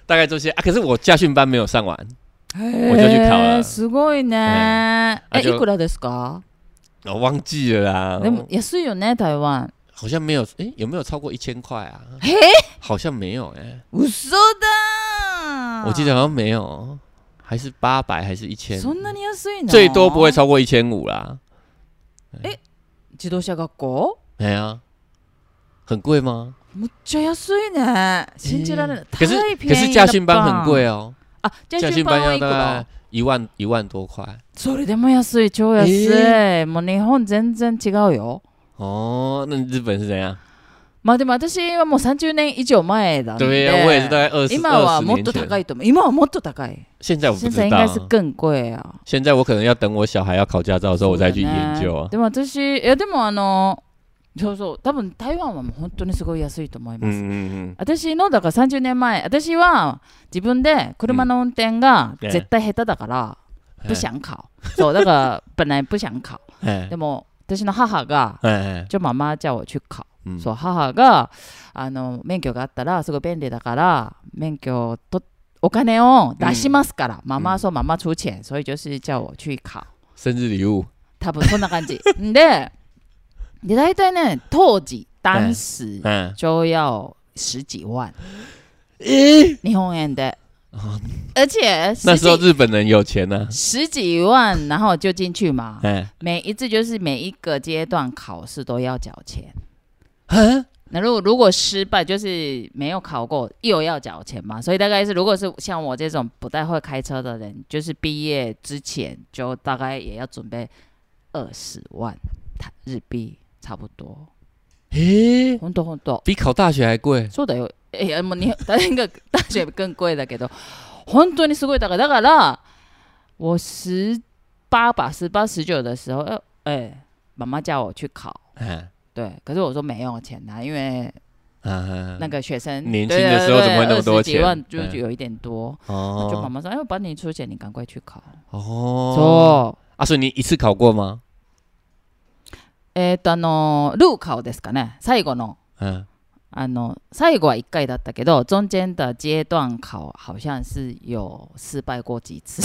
A: 大概这些啊。可是我驾训班没有上完，
B: 我
A: 就去考了
B: すごいね。
A: あ
B: え、
A: 就
B: 哎い
A: 哦
B: くらですか？
A: 我忘记了啦。
B: でも安いよね、台湾。
A: 好像没有，诶，有没有超过一千块啊？
B: 嘿，
A: 好像没有、诶，
B: 嘘だ。
A: 我记得好像没有，还是八百，还是一千，
B: そんなに安いの？
A: 最多不会超过一千五啦。
B: 自動車学校？
A: 哎呀，很贵吗？
B: むっちゃ安いね。信じられない。
A: 可是
B: 太便宜
A: 可是驾训班很贵
B: 啊。
A: 哦，
B: あ、じゃ
A: 驾
B: あ
A: 训
B: 順
A: 班
B: 番は
A: 要
B: いく
A: 大
B: ら
A: 概一万一万多块。
B: それでも安い、超安い。もう日本全然違うよ。
A: 哦，那日本是怎样？
B: まあでも私はもう30年以上前だので。
A: 对呀、我也是大概二十
B: 今は
A: 二十
B: もっ
A: 年
B: と高
A: 前。
B: いと思う。今はもっと高い。
A: 现在我不
B: 現
A: 知道
B: 在应
A: 啊、
B: 该是更贵啊。
A: 现在我可能要等我小孩要考驾照的时候，我再去研
B: そうだね
A: 究啊。
B: でも私、いやでもあの、そうそう、多分台湾はもう本当にすごい安いと思います。
A: 嗯嗯
B: 私のだから30年前、私は自分で車の運転が
A: うん
B: 絶対下手だから、
A: 嗯，
B: 不想考。そう、だから本来不想考。
A: 哎
B: でも私の母が、
A: 哎哎，
B: ちょ、ママ叫我去考。
A: 嗯
B: そう母があの免許があったらすごい便利だから免許をとお金を出しますから、ママはそうママ出钱所以就是叫我去考
A: 生日礼物，
B: 多分そんな感じ んでで大体ね当時当時
A: 嗯，
B: 就要十几万
A: 咦、
B: 日本円で而且
A: 那
B: 十
A: 时候
B: 几
A: 日本人有钱呢、
B: 十几万然后就进去嘛
A: 哎，
B: 每一次就是每一个阶段考试都要缴钱
A: 啊
B: 那如果如果失败，就是没有考过，又要缴钱嘛。所以大概是，如果是像我这种不太会开车的人，就是毕业之前就大概也要准备二十万台日币，差不多。
A: 咦、
B: 很多很多，
A: 比考大学还贵，
B: そうだよ。いやもうに大学大学更贵だけど本当にすごい高いだから我十八吧十八十九的时候呃哎、妈妈叫我去考
A: 嗯
B: 对可是我说没有钱呐、因为
A: 啊
B: 那个学生
A: 年轻的时候
B: 对对对
A: 怎么会那么多
B: 20几万
A: 钱
B: 就
A: 嗯
B: 就有一点多，就妈
A: 哦
B: 妈说哎我帮你出钱，你赶快去考。
A: 哦，
B: そう
A: 啊，所以你一次考过吗？
B: えっ、とあのルーカオですかね最後の
A: 嗯，
B: あの最後は1回だったけど中间的阶段考好像是有失敗过几次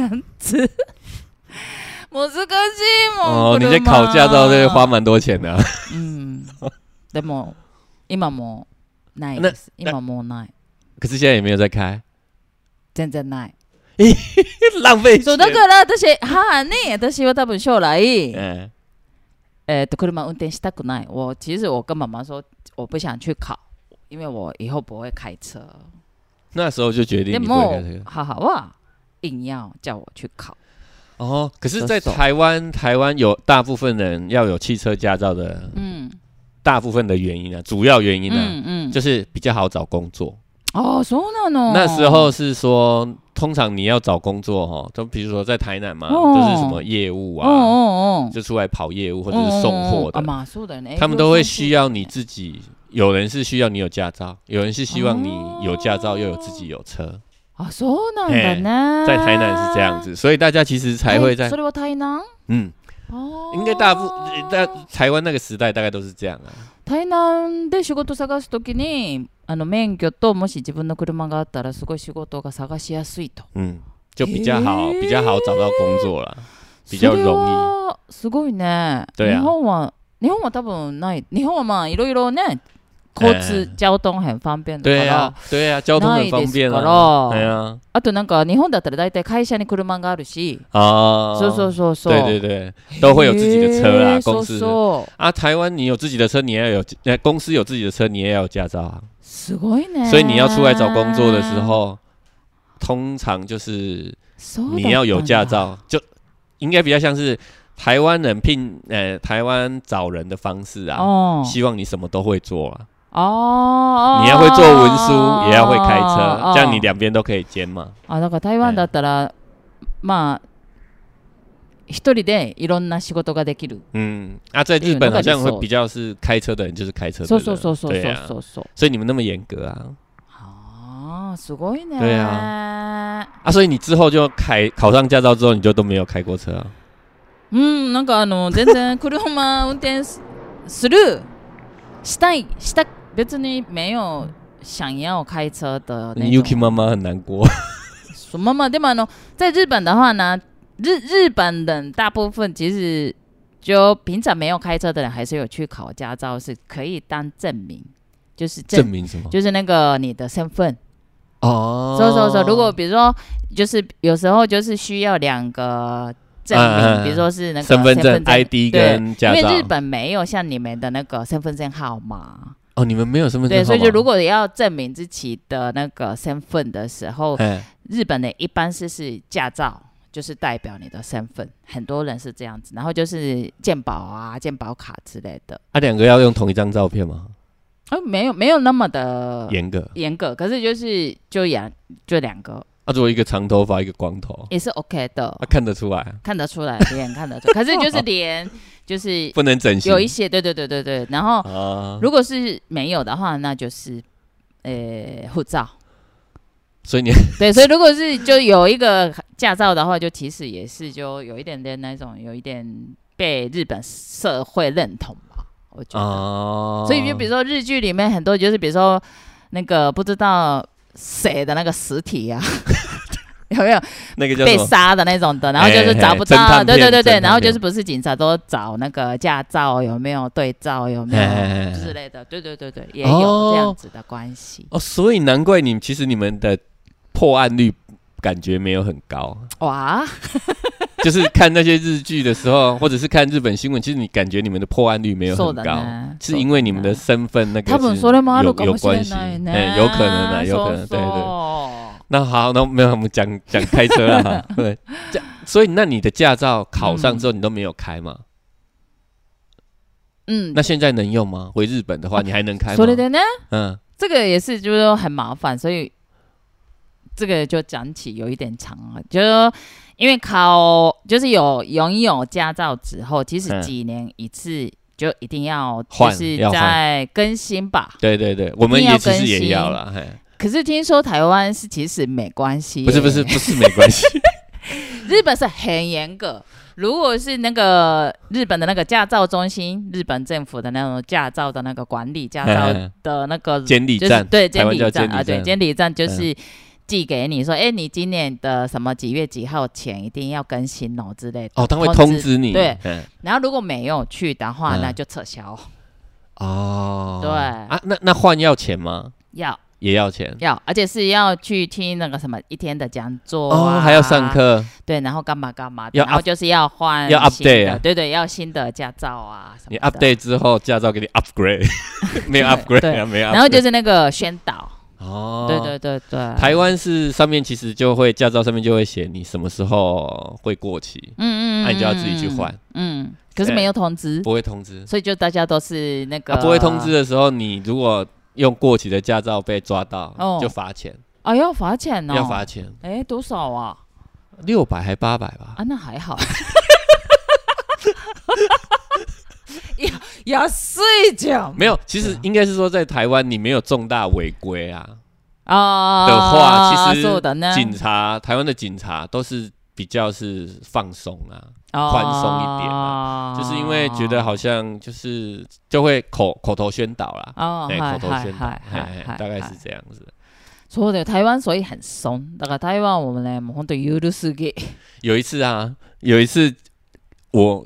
B: 样子。 難しいもん
A: 哦，你在考驾照这花。
B: 車
A: 蛮多钱的啊。
B: うん。でも今もないです。
A: な
B: 今もうない。
A: 可是现在也没有在开，
B: 全然ない。
A: 浪费
B: そう
A: 钱。
B: だから私母に私は多分将来。
A: 嗯
B: えっと車運転したくない。我其实我跟妈妈说，我不想去考，因为我以后不会开车。
A: 那时候就决定
B: で
A: 你不会开这
B: も
A: 个。
B: 母は硬要叫我去考。
A: 哦，可是，在
B: 手手
A: 台湾，台湾有大部分人要有汽车驾照的，
B: うん。
A: 大部分的原因啊，主要原因啊，
B: 嗯嗯。
A: 就是比较好找工作。
B: 哦，そうなの。
A: 那时候是说，通常你要找工作哈，都比如说在台南嘛，
B: 哦
A: 就是什么业务
B: うんう
A: 啊，
B: んうん。
A: 就出来跑业务或者是送货
B: うんうんうんあ
A: 的，
B: まあそうだよね。
A: 他们都会需要你自己。有人是需要你有驾照，有人是希望你有驾照又有自己有车，
B: あ、そうなんだね。
A: 在台南是这样子，所以大家其实才会
B: え
A: 在
B: それは台南？
A: 嗯，
B: 哦
A: 应该大部大台湾那个时代大概都是这样啊。
B: 台南で仕事探すときに、あの免許ともし自分の車があったらすごい仕事が探しやすいと。
A: 嗯，就比较好，比较好找到工作了。比較
B: それ
A: 容易
B: はすごいね。
A: 对啊
B: 日本は日本は多分ない。日本はまあいろいろね、交通、
A: ええ
B: 交通很方便だか
A: 对
B: ら、
A: 呀，对呀，交通很方便啊。
B: ないですから
A: 对呀，
B: あとなんか日本だったら大体会社に車があるし、
A: 啊，
B: そうそうそうそう。
A: 对对对，都会有自己的车
B: へ
A: 啦，
B: え
A: 公司
B: そうそう。
A: 啊。台湾你有自己的车，你也要有，呃，公司有自己的车，你也要有驾照啊。
B: すごいね。
A: 所以你要出来找工作的时候，通常就是
B: そうだったんだ、
A: 你要有驾照，就应该比较像是台湾人聘，呃，台湾找人的方式啊。
B: 哦。
A: 希望你什么都会做啊，
B: 哦。
A: 你要会做文书，也要会开
B: 哦
A: 车，这样你两边都可以兼嘛。
B: あだから台湾だったら、まあ一人でいろんな仕事ができる。
A: 嗯，啊，在日本好像会比较是开车的人就是开车的
B: そう
A: 人，
B: そうそうそう
A: 对
B: そう
A: 啊
B: そ，うそう。
A: 所以你们那么严格啊，
B: ああすごいね。
A: 对啊，所以你之后就开考上驾照之后，你就都没有开过车啊，
B: 哦うんなんかあの全然車運転すするしたいした別に没有想要开车的那
A: 你 Yuki
B: 种。
A: 妈妈很 难过
B: そのままでもあの在日本的话呢，日日本人大部分其实就平常没有开车的人，还是有去考驾照，是可以当证明，就是证
A: 证明什么？
B: 就是那个你的身份。
A: 哦，
B: 说说说，如果比如说，就是有时候就是需要两个证
A: 嗯嗯
B: 明，
A: 嗯
B: 比如说是那个
A: 身份证
B: 证
A: ID
B: 对
A: 跟驾
B: 因
A: 照
B: 为日本没有像你们的那个身份证号码，
A: 哦，你们没有身份证
B: 对，
A: 号
B: 所以
A: 码
B: 就如果要证明自己的那个身份的时候，
A: 哎
B: 日本的一般是是驾照，就是代表你的身份，很多人是这样子，然后就是健保啊、健保卡之类的，
A: 啊，两个要用同一张照片吗？
B: 呃，没有没有那么的
A: 严格
B: 严格，可是就是就两就两个
A: 啊，如果一个长头发一个光头，
B: 也是 OK 的，
A: 啊，看得出来啊，
B: 看得出来，脸看得 出来，可是就是脸，就是
A: 不能整形
B: 有一些，对对对对对。然后
A: 啊，
B: 如果是没有的话，那就是呃护照。
A: 所以你
B: 对，所以如果是就有一个驾照的话，就其实也是就有一点点那种，有一点被日本社会认同吧，我觉得。
A: 啊，
B: 所以就比如说日剧里面很多就是比如说那个不知道谁的那个实体呀、 有没有？
A: 那个叫
B: 被
A: 什么？
B: 杀的那种的，然后就是找不到，
A: 哎哎哎侦探片
B: 对对对
A: 侦探
B: 对，
A: 片
B: 然后就是不是警察都找那个驾照有没有对照有没
A: 哎哎哎
B: 有之类的，对对对对，也有这样子的关系。
A: 哦，所以难怪你其实你们的破案率感觉没有很高，
B: 哇，
A: 就是看那些日剧的时候， 或者是看日本新闻，其实你感觉你们的破案率没有
B: そう
A: 很
B: だ
A: 高，
B: ね。
A: 是因为你们的身份那个
B: 多分
A: 是
B: それもあるか
A: 有
B: もし
A: 有
B: れ
A: 关系，
B: ない
A: 嗯、
B: ね。
A: 有可能啊，有可能，
B: そう
A: 对对。
B: そう
A: 那好，那没有我们讲讲开车了 哈，对，这所以那你的驾照考上之后你都没有开嘛？
B: 嗯啊
A: 那，现在能用吗？回日本的话你还能开吗？
B: それでね、
A: 嗯，
B: 这个也是就是说很麻烦，所以这个就讲起有一点长啊，就是说因为考就是有拥有驾照之后，其实
A: 嗯
B: 几年一次就一定要就
A: 换
B: 是
A: 要换
B: 在更新吧。
A: 对对对，我们
B: 一定要
A: 也其实
B: 更
A: 也
B: 新
A: 要啦，嘿，
B: 可是听说台湾是其实没关系耶，
A: 不是不是不是没关 系，
B: 日本是很严格。如果是那个日本的那个驾照中心，日本政府的那种驾照的那个管理驾照的那个
A: 监理
B: 就是
A: 站，
B: 对
A: 台
B: 监
A: 湾
B: 理
A: 叫
B: 站
A: 监
B: 啊，
A: 理
B: 对
A: 站嗯
B: 监理站就是寄给你说，哎、你今年的什么几月几号前一定要更新哦之类的。
A: 哦，他会
B: 通
A: 通
B: 知
A: 知你，
B: 对
A: 嗯，
B: 然后如果没有去的话，
A: 嗯
B: 那就撤销。
A: 哦，
B: 对
A: 啊，那那换要钱吗？
B: 要
A: 也要钱
B: 要，而且是要去听那个什么一天的讲座、啊、
A: 哦，还要上。课，
B: 对，然后干嘛干嘛的，
A: 要
B: 然后
A: up-
B: 就是要换
A: 要
B: 新的
A: update 啊
B: 对对，要新的驾照啊什么
A: 你
B: 的
A: update 之后驾照给你 upgrade，没有
B: 对
A: upgrade
B: 对
A: 啊，没有 upgrade，
B: 然后就是那个宣导，
A: 哦，
B: 对对对对，
A: 台湾是上面其实就会驾照上面就会写你什么时候会过期，
B: 嗯嗯，
A: 啊那你就要自己去
B: 嗯
A: 换，
B: 嗯，嗯可是没有通知，
A: 不会通知。
B: 所以就大家都是那个
A: 啊，不会通知，的时候，你如果用过期的驾照被抓到，
B: 哦
A: 就罚钱，
B: 哦，要罚钱哦，
A: 要罚，钱
B: 哎，多少啊？
A: 六百还八百吧
B: 啊，。那还 好。也也睡觉
A: 没有，其实应该是说在台湾你没有重大违规啊
B: 啊
A: 的话，其
B: そうだ
A: 实
B: ね
A: 警察台湾的警察都是比较是放松啊，宽松一点
B: 啊
A: 就是因为觉得好像就是就会口口头宣导啦，
B: 哦，
A: 哎、
B: 嗨
A: 口头宣导，
B: 嗨
A: 嘿
B: 嗨
A: 嘿
B: 嗨
A: 大概
B: 嗨
A: 是这样子。
B: そうだよ台湾所以很松，だから台湾我们ねもう本当ゆるすぎ。
A: 有一次啊，有一次我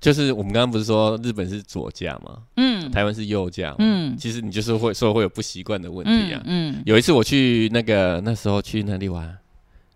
A: 就是我们刚刚不是说日本是左驾嘛，
B: 嗯
A: 台湾是右驾，嗯，
B: 嗯
A: 其实你就是会说会有不习惯的问题啊。
B: 嗯
A: 有一次我去那个那时候去哪里玩，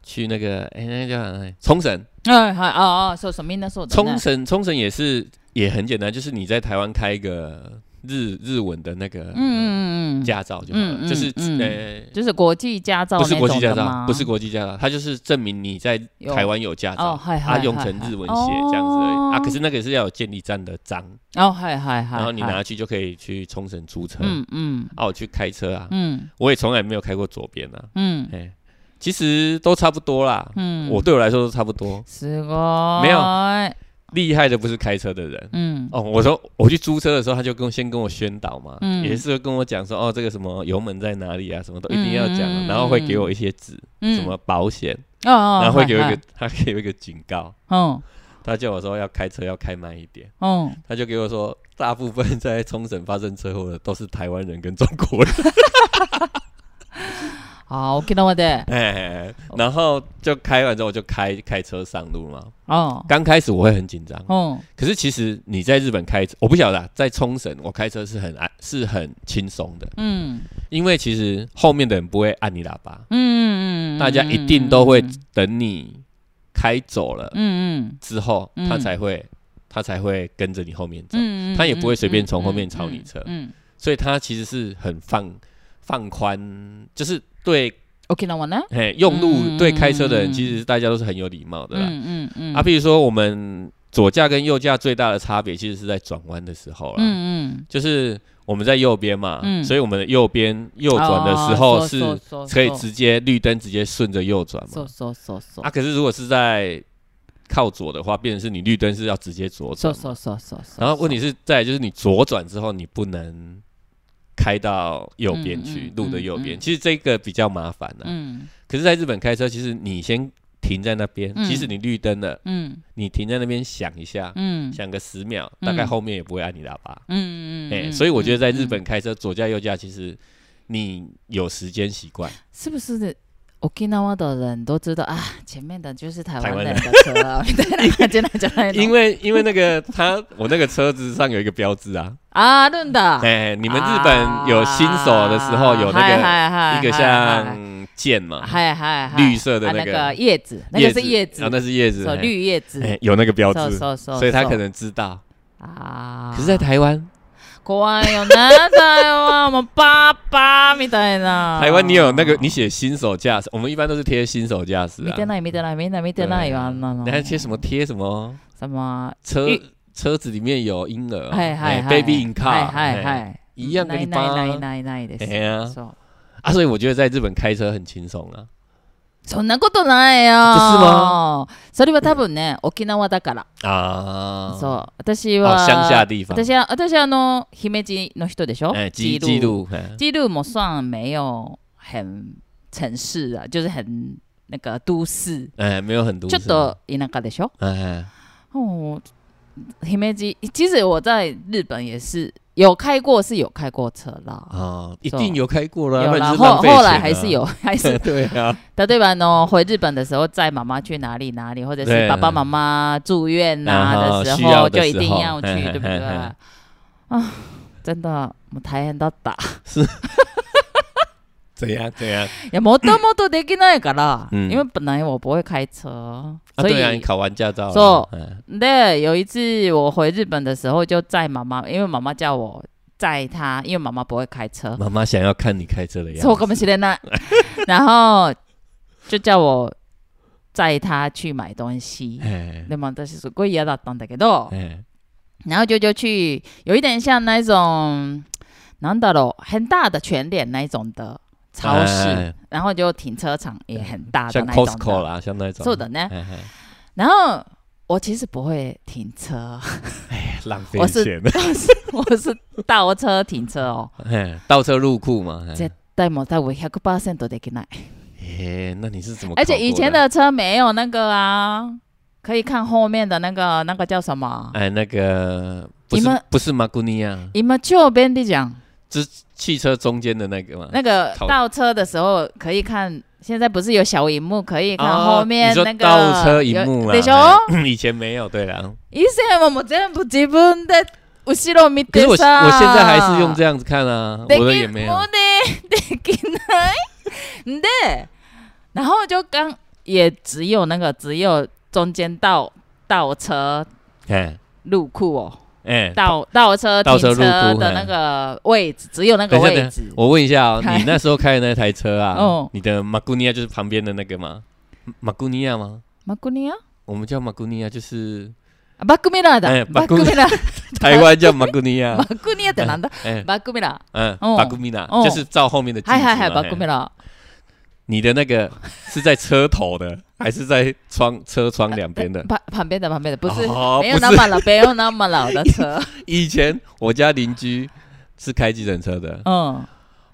A: 去那个哎、那个叫哪里冲绳，
B: 嗯，哎嗨哦哦，そうそうみんなそうだね。
A: 冲绳冲绳也是也很简单，就是你在台湾开一个日日文的那个
B: 嗯嗯嗯嗯，
A: 驾照就好了，
B: 嗯嗯
A: 就是、
B: 嗯
A: 呃。
B: 就是国际驾照
A: 不是
B: 那
A: 国际
B: 种
A: 驾
B: 的
A: 照，
B: 吗？
A: 不是国际驾照，它就是证明你在
B: 有
A: 台湾有驾照，
B: 哦，嗨
A: 它
B: 嗨，
A: 用成日文写这样子而已啊。可
B: 是
A: 是那个是要有建立站的章，
B: 哦，嗨嗨嗨，
A: 然后你
B: 嗨
A: 拿去就可以去冲绳租车。
B: 嗯嗯
A: 啊，我去开车啊，
B: 嗯
A: 我也从来没有开过左边啊。
B: 嗯
A: 哎，其实都差不多啦。
B: 嗯，
A: 我对我来说都差不多。
B: すごい
A: 没有厉害的不是开车的人。
B: 嗯
A: 哦，我说我去租车的时候，他就跟先跟我宣导嘛，
B: 嗯
A: 也是跟我讲说，哦，这个什么油门在哪里啊，什么都一定要讲啊，
B: 嗯嗯嗯
A: 然后会给我一些纸，
B: 嗯
A: 什么保险，
B: 哦哦，
A: 然后会给我
B: 嗨
A: 一个，他给我一个警告，
B: 嗨嗯
A: 他叫我说要开车要开慢一点，
B: 嗯，
A: 他就给我说，大部分在冲绳发生车祸的都是台湾人跟中国 人，
B: 好，沖縄で
A: 哎，然后就开完之后我就开开车上路嘛，
B: 哦
A: 刚开始我会很紧张，
B: 嗯
A: 可是其实你在日本开车，我不晓得、啊、在冲绳我开车是很安是很轻松的，
B: 嗯
A: 因为其实后面的人不会按你喇叭，
B: 嗯嗯，
A: 大家一定都会等你开走了
B: 嗯嗯
A: 之后，
B: 嗯
A: 他才会他才会跟着你后面走，
B: 嗯，
A: 他也不会随便从后面超你车
B: 嗯，
A: 所以他其实是很放放宽，就是对
B: 沖縄ね，
A: 嘿用路
B: 嗯
A: 对开车的人，
B: 嗯
A: 其实大家都是很有礼貌的啦。
B: 嗯嗯嗯，
A: 啊，譬如说我们左驾跟右驾最大的差别，其实是在转弯的时候啦。
B: 嗯嗯，
A: 就是我们在右边嘛，
B: 嗯哦
A: 所以我们的右边右转的时候是可以直接绿灯直接顺着右转
B: そう
A: 嘛。
B: そうそうそう
A: 啊，可是如果是在靠左的话，变成是你绿灯是要直接左
B: そう
A: 转嘛。
B: そうそうそうそう
A: 然后问题是在就是你左转之后，你不能开到右边去，
B: 嗯嗯
A: 路的右
B: 嗯
A: 边。
B: 嗯
A: 其实这个比较麻烦了、
B: 嗯
A: 可是在日本开车，其实你先停在那边，
B: 嗯
A: 即使你绿灯了，
B: 嗯
A: 你停在那边想一下，
B: 嗯
A: 想个十秒，
B: 嗯
A: 大概后面也不会按你喇叭。
B: 嗯
A: 哎、
B: 嗯，
A: 所以我觉得在日本开车左驾右驾，其实你有时间习惯，
B: 是不是沖縄的人都知道啊，前面的就是台湾人的车啊，みたいな感じなんじゃないの？
A: 因为因为那个他我那个车子上有一个标志啊，
B: 啊，论的，
A: 哎、你们日本有新手的时候有那个
B: 那
A: 一个像剑嘛，
B: 嗨嗨
A: 绿色的
B: 那
A: 那个
B: 叶子，啊那个是叶
A: 啊
B: 子，，
A: 那是叶子，
B: 手
A: 哎
B: 绿叶子
A: 哎、，有那个标志，
B: 手手
A: 所以他可能知道。
B: 啊，
A: 可是，在台湾，
B: 怖いよね、台湾、もうパーパーみたいな。
A: 台湾你有那个你写新手驾驶，我们一般都是贴新手驾驶
B: 見
A: 啊
B: て，ない見てないみんな見てないよあんなの
A: 你还贴什么贴什么
B: 什么
A: 车
B: 玉
A: 车子里面有婴儿啊，
B: はいはいはい
A: 哎，baby in car，
B: はいはい
A: 哎
B: はい
A: 一样
B: ないない
A: 跟你
B: ない
A: 扒。
B: ないないで
A: 哎
B: す。
A: 呀
B: そう
A: 啊，所以我觉得在日本開車很轻松啊。
B: そんなことないよ。
A: ですわ
B: それは多分ね、沖縄だから。
A: 啊，
B: そう。私
A: 哦
B: は、
A: 乡下地方，
B: 私は、私はあの、姫路の人でしょ
A: 哎，
B: 基
A: 记
B: 路
A: 记录，哎
B: 基路も算没有很城市啊，就是很那个都市。
A: 哎，没有很多，
B: ちょっと田舎でしょ
A: 哎，哎，
B: 哦，姫路，其实我在日本也是有开过，是有开过车啦。
A: 哦，一
B: 是
A: 定有开过了，
B: 有
A: 不然
B: 啦，
A: 就是浪
B: 后
A: 费钱啊
B: 后来还是， 有，还是
A: 对啊，
B: 例えばあの回日本的时候，载妈妈去哪里哪里，或者是
A: 对
B: 爸爸妈妈住院
A: 然
B: 呐、
A: 后
B: 的时
A: 需要
B: 候，
A: 的
B: 就一
A: 时
B: 定
A: 候
B: 要去，
A: 嘿嘿
B: 对不
A: 嘿
B: 对？
A: 嘿
B: 啊，真的もう大変だった。
A: 怎样怎样啊
B: いや、もともとできないから、
A: 嗯
B: 因为本来我不会开车，
A: 啊？
B: 所以
A: 对啊，你考完驾照了，
B: So-
A: 嗯
B: 对，有一次我回日本的时候，就载妈妈，因为妈妈叫我载她，因为妈妈不会开车，
A: 妈妈想要看你开车的样
B: 错
A: 子，
B: 根本是 那，然后就叫我载她去买东西。
A: 哎
B: 那么但是すごい嫌だったんだけど、
A: 哎
B: 然后就就去有一点像那种，なんだろう，很大的全脸那一种的超市，
A: 哎
B: 然后就停车场也很大的
A: 像
B: 那一种
A: Costco
B: 的，
A: 啦，像那种，
B: そうだね。
A: 哎，哎
B: 然后我其实不会停车。
A: 哎浪费
B: 我是
A: 钱，
B: 我是倒车停车哦，
A: 哎，倒车入库嘛，哎
B: 絶対もう多分100%できない。
A: 哎，那你是怎么？
B: 而且以前，的车没有那个啊，可以看后面的那个那个叫什么？
A: 哎，那个不
B: 啊你们
A: 是不是马古尼亚，
B: 你们就便利讲
A: 汽车中间的那个嘛，
B: 那个
A: 逃
B: 倒车的时候可以看，现在不是有小荧幕可以看
A: 啊
B: 后面
A: 你说
B: 那个
A: 倒车荧幕
B: 有
A: 啦
B: でしょ？
A: 哎 以前没有，对啦。
B: 以前はもう全部自分で後ろ見
A: 可
B: て
A: 是
B: さ。
A: 我我现在还是用这样子看啊，
B: でき
A: 我的也没有
B: も。うねできないで然后就刚也只有那个只有中间倒倒车
A: 哎
B: 入库哦，
A: 哎，
B: 倒倒车停
A: 倒车入库
B: 的
A: 嘿
B: 那个位置只有那个
A: 等一下
B: 位
A: 等一
B: 置，
A: 我问一下哦，
B: 嗨
A: 你那时候开的那台车啊
B: 哦，
A: 你的马古尼亚就是旁边的那个吗？马古尼亚吗？
B: 马古尼亚，
A: 我们叫马古尼 亚，就是
B: 啊バックミラー
A: 哎
B: だ、
A: バ
B: バ
A: ッ
B: ッ
A: ク
B: クミ
A: ミ
B: ラー、
A: 台湾叫马古尼亚
B: バ，ックミラーってなんだ？
A: 哎
B: バックミラ
A: 嗯，
B: 哦
A: 马古米娜
B: 哦
A: 就是照后面的啊
B: ー、
A: 镜子
B: はい
A: 嘛。
B: はいはい、バックミ
A: 嘿
B: ラー。
A: 你的 那个是在车头的，还是在窗车窗两边 的？
B: 旁旁边的旁边的不是，
A: 哦
B: 没有
A: 不
B: 那
A: 是
B: 么老，没有那么老的车，
A: 以前我家邻居是开计程车的，
B: 嗯，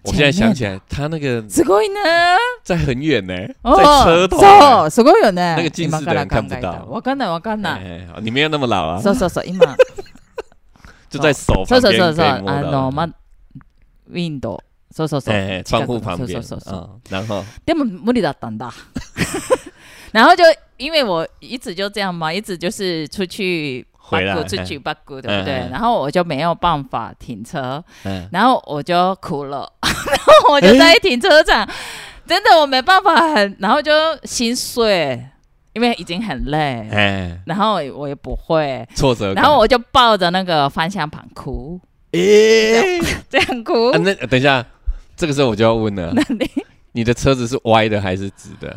A: 我现在想起来，他那个
B: すごいね。
A: 在很远呢，
B: お
A: 在车头
B: そ
A: 欸。
B: うすごいよね
A: なんか近視だよ
B: 今から考えた
A: 看不到
B: わかんないわかんない、
A: 哎，你没有那么老啊，
B: そうそうそう今
A: 就在手
B: そうそ
A: 旁
B: う
A: 边
B: そうそう
A: 可以摸
B: あの
A: 到。
B: まウィンドウそうそうそう、
A: 哎，窗户旁边
B: そうそうそうそう、
A: 啊，然后
B: でも無理だったんだ然后就因为我一直就这样嘛一直就是出去
A: 回来
B: back 出去 back 对不
A: 嗯
B: 对、
A: 嗯
B: 然后我就没有办法停车
A: 嗯，
B: 然后我就哭了，然后我就在停车场，真的我没办法很，然后就心碎，因为已经很累，
A: 哎，
B: 然后我也不会，
A: 挫折感。
B: 然后我就抱着那个方向盘哭，
A: 哎，
B: 这样哭
A: 啊，那等一下，这个时候我就要问了，
B: 里
A: 你的车子是歪的还是直的？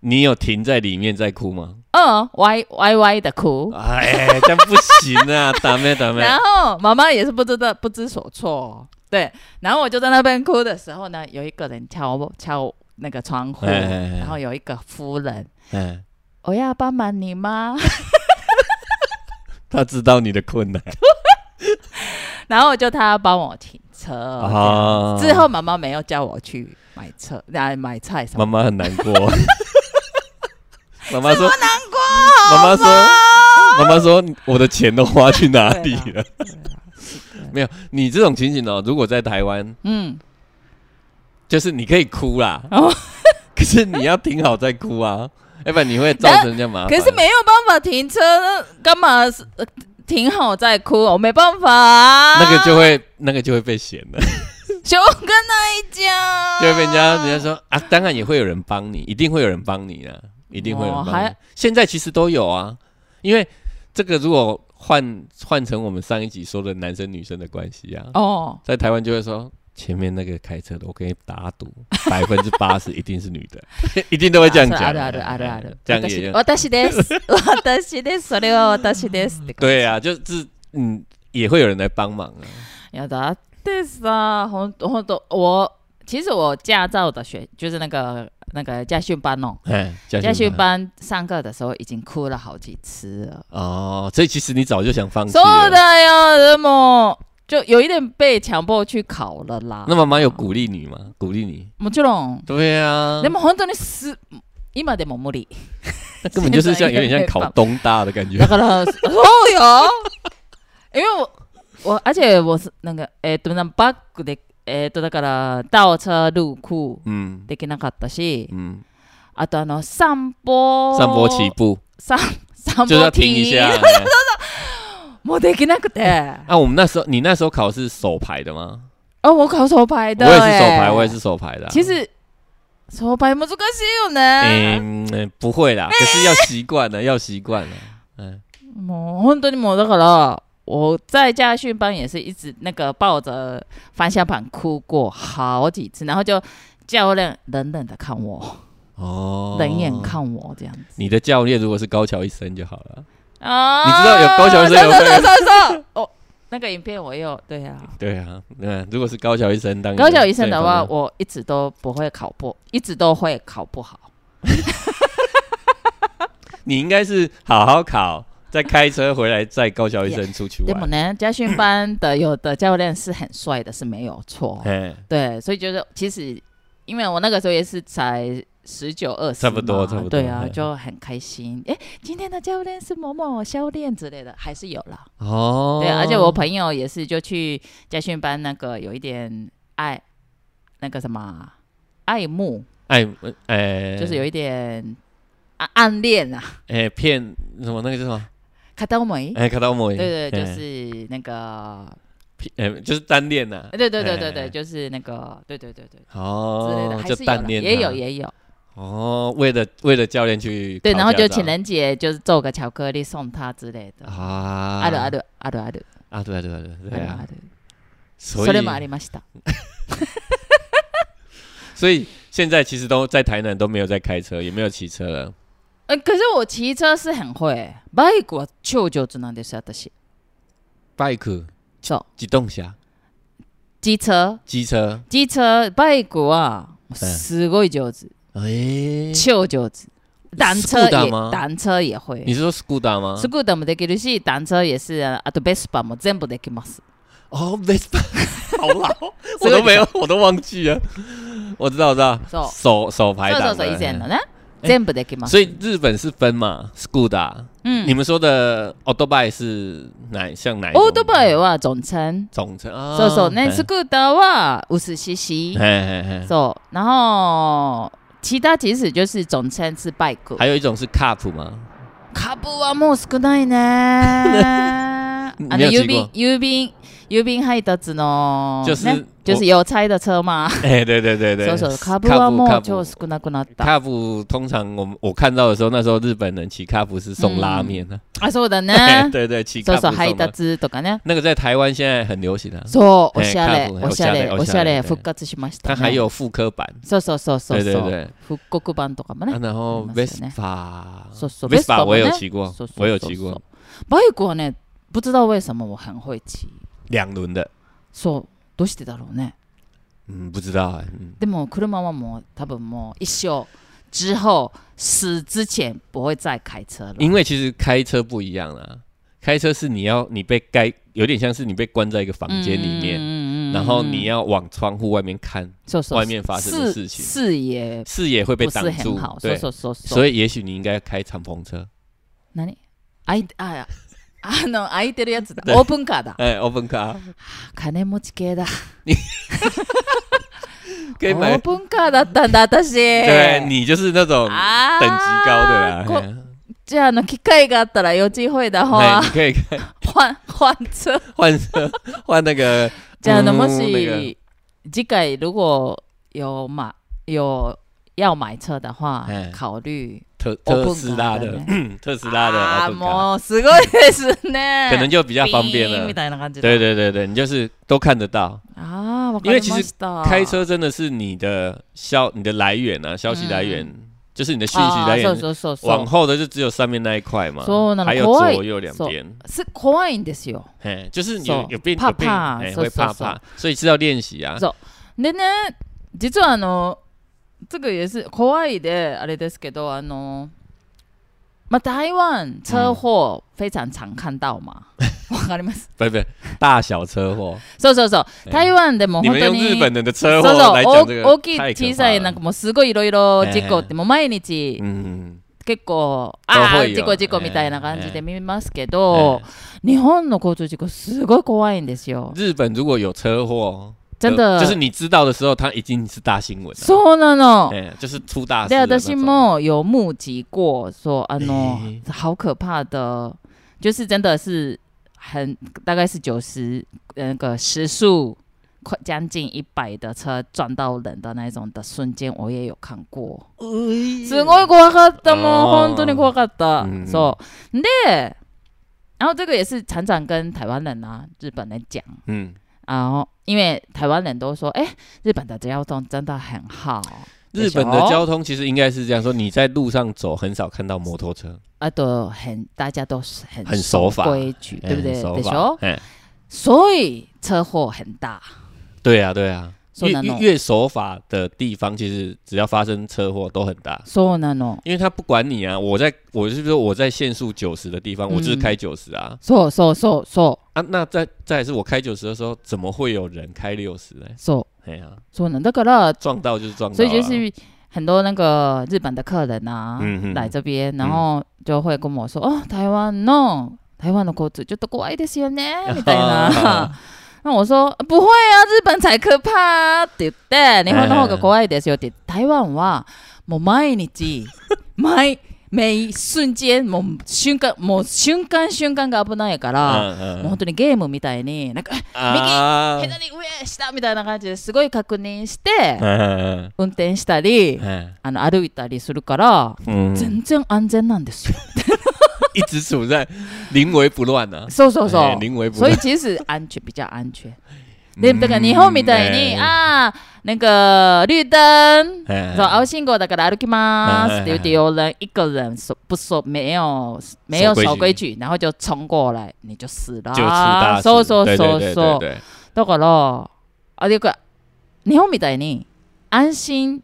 A: 你有停在里面在哭吗？
B: 嗯，歪歪歪的 哭，
A: 哎，这样不行 啊，打妹打妹。
B: 然后妈妈也是不知道不知所措，对，然后我就在那边哭的时候呢，有一个人敲我敲那个窗户，
A: 哎哎哎
B: 然后有一个夫人，
A: 哎，
B: 我要帮忙你吗？
A: 他知道你的困难
B: 然后就他帮我停车，
A: 啊
B: 之后妈妈没有叫我去买车，来买菜什
A: 妈
B: 么。
A: 妈 很难过。妈妈说，
B: 难过，
A: 妈妈说
B: 好
A: 妈妈说，我的钱都花去哪里
B: 对
A: 了？
B: 吗
A: 没有，你这种情形哦，如果在台湾，
B: 嗯，
A: 就是你可以哭啦
B: 哦，
A: 可是你要挺好再哭啊，要不然你会造成人家麻烦。
B: 可是没有办法停车，那干嘛是？呃停好再哭，我没办法、啊。
A: 那个就会那个就会被嫌的，
B: 就跟他一家，
A: 就会被人家人家说啊，当然也会有人帮你，一定会有人帮你啊，一定会有人
B: 哦
A: 帮你
B: 还。
A: 现在其实都有啊，因为这个如果换换成我们上一集说的男生女生的关系啊，
B: 哦，
A: 在台湾就会说前面那个开车的，我跟你打赌， 百分之八十一定是女 的，一定都会这样讲。
B: あ
A: 啊
B: るあるあるある。
A: 这样
B: 私
A: 也
B: 私 です。私です。それは私ですって感じ。
A: 对啊，就是嗯，也会有人来帮忙啊。
B: いやだっです啊，ほんほんと我其实我驾照的学就是那个那个驾训班哦，
A: 哎，
B: 驾
A: 家
B: 训
A: 训班
B: 班上课的时候已经哭了好几次了。
A: 哦，所以其实你早就想放弃
B: そうだ
A: 了。
B: よ、でも就有一点被强迫去考了啦。
A: 那妈妈有鼓励你吗？鼓励你？
B: もちろん。
A: 对啊
B: で，も本当にす今でも無 理。
A: 那根本就是像
B: 现在
A: 有
B: 应该
A: 点像
B: 没
A: 考
B: 办
A: 东大的 感觉
B: だ。から、そうよ因为我我而且我是那个えっ、となんバックでえっ、とだから倒車入庫
A: 嗯
B: できなかったし、
A: 嗯，
B: あとあの散歩
A: 散播起步
B: 哦散散
A: 就是
B: 歩
A: 要停一下。
B: 停
A: 哎
B: もうできなくて。
A: 啊，我们那时候你那时候考是手排的吗？
B: 哦，我考手牌
A: 我
B: 的、
A: 也是手排，
B: 哎
A: 我也是手排的啊。
B: 其实手牌難しいよね。
A: 嗯，嗯不会
B: 哎
A: 啦，可是要习惯了，要习惯了。嗯，
B: もう本当にもうだから我在家训班也是一直那个抱着方向盘哭过好几次，然后就教练冷冷的看我，
A: 哦，
B: 冷眼。看我这样子。
A: 你的教练如果是高桥一生就好了。
B: 啊
A: 你知道有高桥生有
B: 说
A: 那个
B: 说说说哦，那个影片我有对啊。
A: 对啊，嗯，如果是高桥一生当
B: 高桥医生的
A: 对
B: 话，
A: 方
B: 我一直都不会考不，一直都会考不好。
A: 你应该是好好考，再开车回来，载高桥一生出去
B: でも
A: 玩。
B: 呢，家训班的有的教练是很帅的，是没有错。
A: 哎，
B: 对，所以就是其实，因为我那个时候也是才十九二十，
A: 差不多差不多
B: 对啊，
A: 嗯
B: 就很开心。哎，今天的教练是某某教练之类的，还是有啦。
A: 哦，
B: 对，啊而且我朋友也是就去家训班，那个有一点爱，那个什么爱慕，
A: 哎哎，
B: 就是有一点暗暗恋啊，
A: 哎骗什么那个叫什么？
B: 卡达美。
A: 哎，卡到莫
B: 对对，就是那个，
A: 哎就是单恋呐。
B: 对对对对对，
A: 哎
B: 就是那个，对对对对呃之类的，
A: 哦，
B: 还
A: 就是
B: 有啦
A: 单恋
B: 也
A: 他
B: 有也有。
A: 哦，为了为了教练去
B: 对，
A: 考
B: 然后就
A: 驾照
B: 情人节就是做个巧克力送他之类的。
A: 啊，
B: あるあるあるある
A: 啊，对啊对啊对啊
B: あ
A: 对
B: る
A: 啊
B: あ，る。
A: 所
B: それもあり
A: 以
B: ました。
A: 所以现在其实都在台南都没有在开车，也没有骑车了。
B: え、可是我骑车是很会，バイクは超上手なんです私。
A: bike
B: そう。
A: 机动侠
B: 机车、
A: 机车，
B: 机车、バイクはすごい上手，
A: 哎，
B: 超上手。单车
A: Skoda
B: 也
A: 吗
B: 单车也会。
A: 你是说 Scuda 吗
B: ス？クーターもできるし、単車也是啊、あとベスパも全部できます。
A: 哦，Vespa，好 老， 我都没有，我都忘记了。我知道，我知道，
B: 手
A: 手手牌
B: そう
A: 档
B: そう
A: 的
B: そう以前の
A: 嗯
B: ね、全部できます。
A: 所以日本是分嘛，Scuda。
B: 嗯
A: 你们说的 o d o b i 是哪像哪一种？
B: オートバイは总称。
A: 总称啊，
B: そうそうね、
A: 嘿
B: スクーターは薄 cc
A: 嘿。嘿嘿
B: そう。然后其他其实就是总称是 bike。
A: 还有一种是 Cup 吗？
B: 株はもう少ない ね。あの
A: 没
B: 郵
A: 有骑
B: 便
A: 过
B: 郵便郵便配達の
A: 就是
B: ね
A: 我
B: 就是邮差的车嘛。
A: 哎，对对对对，
B: そうそう。株はもう超
A: Cup。
B: 少なくなった。
A: Cup 通常我们我看到的时候，那时候日本人骑 Cup 是送拉面的，
B: あそう だ
A: 嘿
B: ね。
A: 对对，骑
B: そう
A: Cup
B: そう配
A: 送的。
B: 達とかね。
A: 那个在台湾现在很流行啊，
B: そうお
A: え
B: しゃれ
A: カーブ
B: おしゃれおしゃれ
A: おしゃれおしゃれ
B: 復活しました
A: 它
B: ね。
A: 还有复刻版，
B: そうそうそうそう
A: 对对
B: そう。
A: 对。
B: 復刻版とかもね
A: 啊。然后
B: ありますよね
A: Vespa，
B: そうそう。
A: Vespa 我也有
B: ね
A: 骑过
B: そうそう，そう
A: 我有骑过。
B: バイクはね、不知道为什么我很会骑。
A: 两轮的，
B: そう。どうしてだろうね。
A: 嗯，不知道哎、嗯，
B: でも車はもう多分もう一生之后死之前不会再开车了。
A: 因为其实开车不一样啦，开车是你要你被该有点像是你被关在一个房间里面，
B: 面
A: 然后你要往窗户外面看，
B: そうそう
A: 外面发生的事情
B: 视视野
A: 视野会被
B: 不
A: 挡
B: 是
A: 住
B: 很好。，そう
A: 对，
B: そうそうそう。
A: 所
B: 以
A: 以也许你应该开敞篷车，
B: 何？あいああの空いてるや つだ。
A: 对
B: オープンカーだ。
A: 哎，open car
B: 金持ち系だ。
A: 可以
B: オ
A: 买
B: ー，プンカーだったんだ私。
A: 对你就是那种
B: あー
A: 等级高的啦。
B: こ
A: 哎呀
B: じゃああの機会があったら予知会だほ
A: 哎
B: わ
A: 你可以开
B: 换换车。
A: 换车， 换那个，
B: じゃああの
A: 嗯
B: も
A: 那个
B: し次回如果有买有要买车的话
A: 哎，
B: 考虑
A: 特特
B: Open
A: 斯拉
B: car
A: 的嗯
B: ね
A: 特斯拉的
B: 啊，
A: open car，
B: もうすごいですね。
A: 可能就比较方便
B: ビーン
A: 了
B: み。たいな感じだ
A: 对对对对，你就是都看得到。
B: 啊，わかりました。嗯
A: 开车真的是你的消你的来源啊，消息来源就是你的讯息来源。
B: そうそうそうそ
A: 往
B: う。
A: 后的就只有上面那一块嘛
B: そうな，の
A: 还有
B: 怖い
A: 左右两边，
B: 是怖いんですよ。
A: 嘿，就是你
B: そう
A: 有有病
B: 怕
A: 有病，
B: 怕
A: 哎，
B: そう
A: 会怕
B: そうそう
A: 怕，所以是要练习啊
B: そう。でね、実はあの、这个也是怖いであれですけど、あの、まあ、台湾车祸非常常看到嘛。わかります。
A: 不不，大小车祸，
B: そうそうそう。台湾でも
A: 你
B: 本
A: 们
B: 当
A: 用
B: に。
A: 日本人的
B: そ
A: 车
B: う
A: 祸
B: そう
A: 来
B: 大
A: 讲这个，
B: 大きい
A: 太可
B: 小
A: 怕
B: さい
A: 了
B: なんかもうすごいいろいろ事故ってもう毎日
A: 嗯，
B: 結構
A: 都
B: ああ
A: 会よ
B: 事故事故みたいな感じで見ますけど
A: え
B: 日本の交通事故すごい怖いんですよ。
A: 日本如果有车祸，
B: 真的
A: 就就是你知道的时候，它已经是大新闻了。
B: そうなの。
A: 哎，就是出大事
B: で
A: 的那
B: 私
A: 种。
B: も有目击过说あの
A: え
B: 好可怕的就是真的是很大概是九十那个时速快将近一百的车撞到人的那一种的瞬间我也有看过。すごい怖かったもん、
A: あー
B: 本当に怖かった。
A: うん
B: そう。で、嗯然后这个也是常常跟台湾人啊、日本人讲，
A: 嗯，
B: 然后因为台湾人都说，哎、日本的交通真的很好。
A: 日本的
B: でしょ
A: 交通其实应该是这样说：你在路上走，很少看到摩托车，
B: 啊，都很，大家都是很
A: 很守法
B: 规矩，对不对？
A: 哎
B: 对
A: 手
B: 时
A: 法
B: 候，，
A: 哎，
B: 所以车祸很大。
A: 对啊，对啊。
B: そう
A: 越
B: な
A: 越
B: の。
A: 越守法的地方，其实只要发生车祸都很大，
B: そうなの。
A: 因为他不管你啊。我在我是说我在限速九十的地方，我就是
B: 嗯
A: 开九十啊、
B: そうそうそうそ
A: 啊。那再再来是我开九十的时候，怎么会有人开六十呢
B: う？そう
A: 哎呀、
B: そうなんだから
A: 撞到就是撞到、啊，
B: 所以就是很多那个日本的客人啊，
A: 嗯哼
B: 来这边，然后就会跟我说：“哦，台湾 no，台湾的国子就都国外的些 呢，みたいな。”那我说不会あ日本才可怕啊って言って、日本の方が怖いですよって言って、台湾はもう毎 日、毎、每瞬間、もう瞬間、もう瞬間瞬間が危ないから、も
A: 嗯
B: う本当にゲームみたいに、なんか、
A: 啊
B: 左上 下みたいな感じですごい確認して、
A: 嗯
B: 運転したり、
A: 嗯
B: あの歩いたりするから、
A: 嗯，
B: 全然安全なんですよ。
A: 一直处在临危不乱呢、啊。
B: そうそうそ
A: 哎
B: う。
A: 临危 不
B: 所
A: 乱
B: 以。其实安全比较安全。で、だから日本み
A: 嗯
B: たいに、ああ、なんか、绿灯、
A: 哎，
B: そう、青信号だから歩きま
A: 哎
B: すって言って、有人一个人守不守、没有、没有守规矩，然后就冲过来，你就死了。
A: 就出大事，
B: そうそうそ
A: 对对
B: う
A: 对
B: そ
A: 对
B: う。
A: 对，
B: だから、あれか、日本みたいに、安心、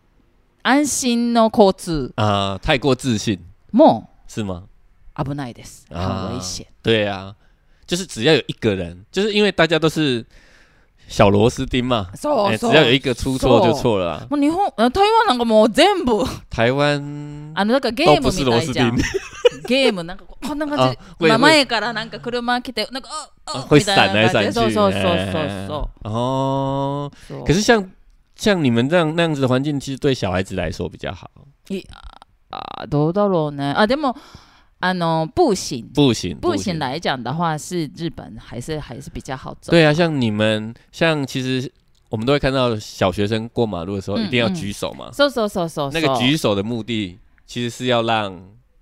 B: 安心の交通
A: 啊、太过自信
B: も
A: 是吗？
B: 危ないです。
A: 啊
B: 很危险。
A: 对啊，就是只要有一个人，就是因为大家都是小螺丝钉嘛，
B: そう
A: 哎
B: そ
A: 只
B: う。
A: 要有一个出错就错了啊。
B: もう日本、あ台湾なんかもう全部、
A: 台湾
B: あの、だからゲ
A: 都
B: ー
A: 不
B: ムみ
A: 是螺
B: た
A: 丝
B: いじゃ
A: 钉
B: ん。ゲームなんかこうこんな感
A: 啊
B: じ。，
A: 会
B: まあ
A: 会
B: 前からなんか車来て、なんか、あ、あ、
A: 会
B: みたい
A: 闪来
B: な感じで
A: 闪去，
B: そうそうそう
A: 哎
B: そう
A: 哦，
B: そう。
A: 可是像像你们这样那样子的环境，其实对小孩子来说比较好。
B: あどうだろうね。あ、でも、あの、步行。
A: 不行，
B: 步行来讲的话，是日本还是还是比较好走。
A: 对啊，像你们，像其实我们都会看到小学生过马路的时候
B: 嗯
A: 一定要举手嘛。
B: そうそうそうそう。
A: 那个举手的目的其实是要让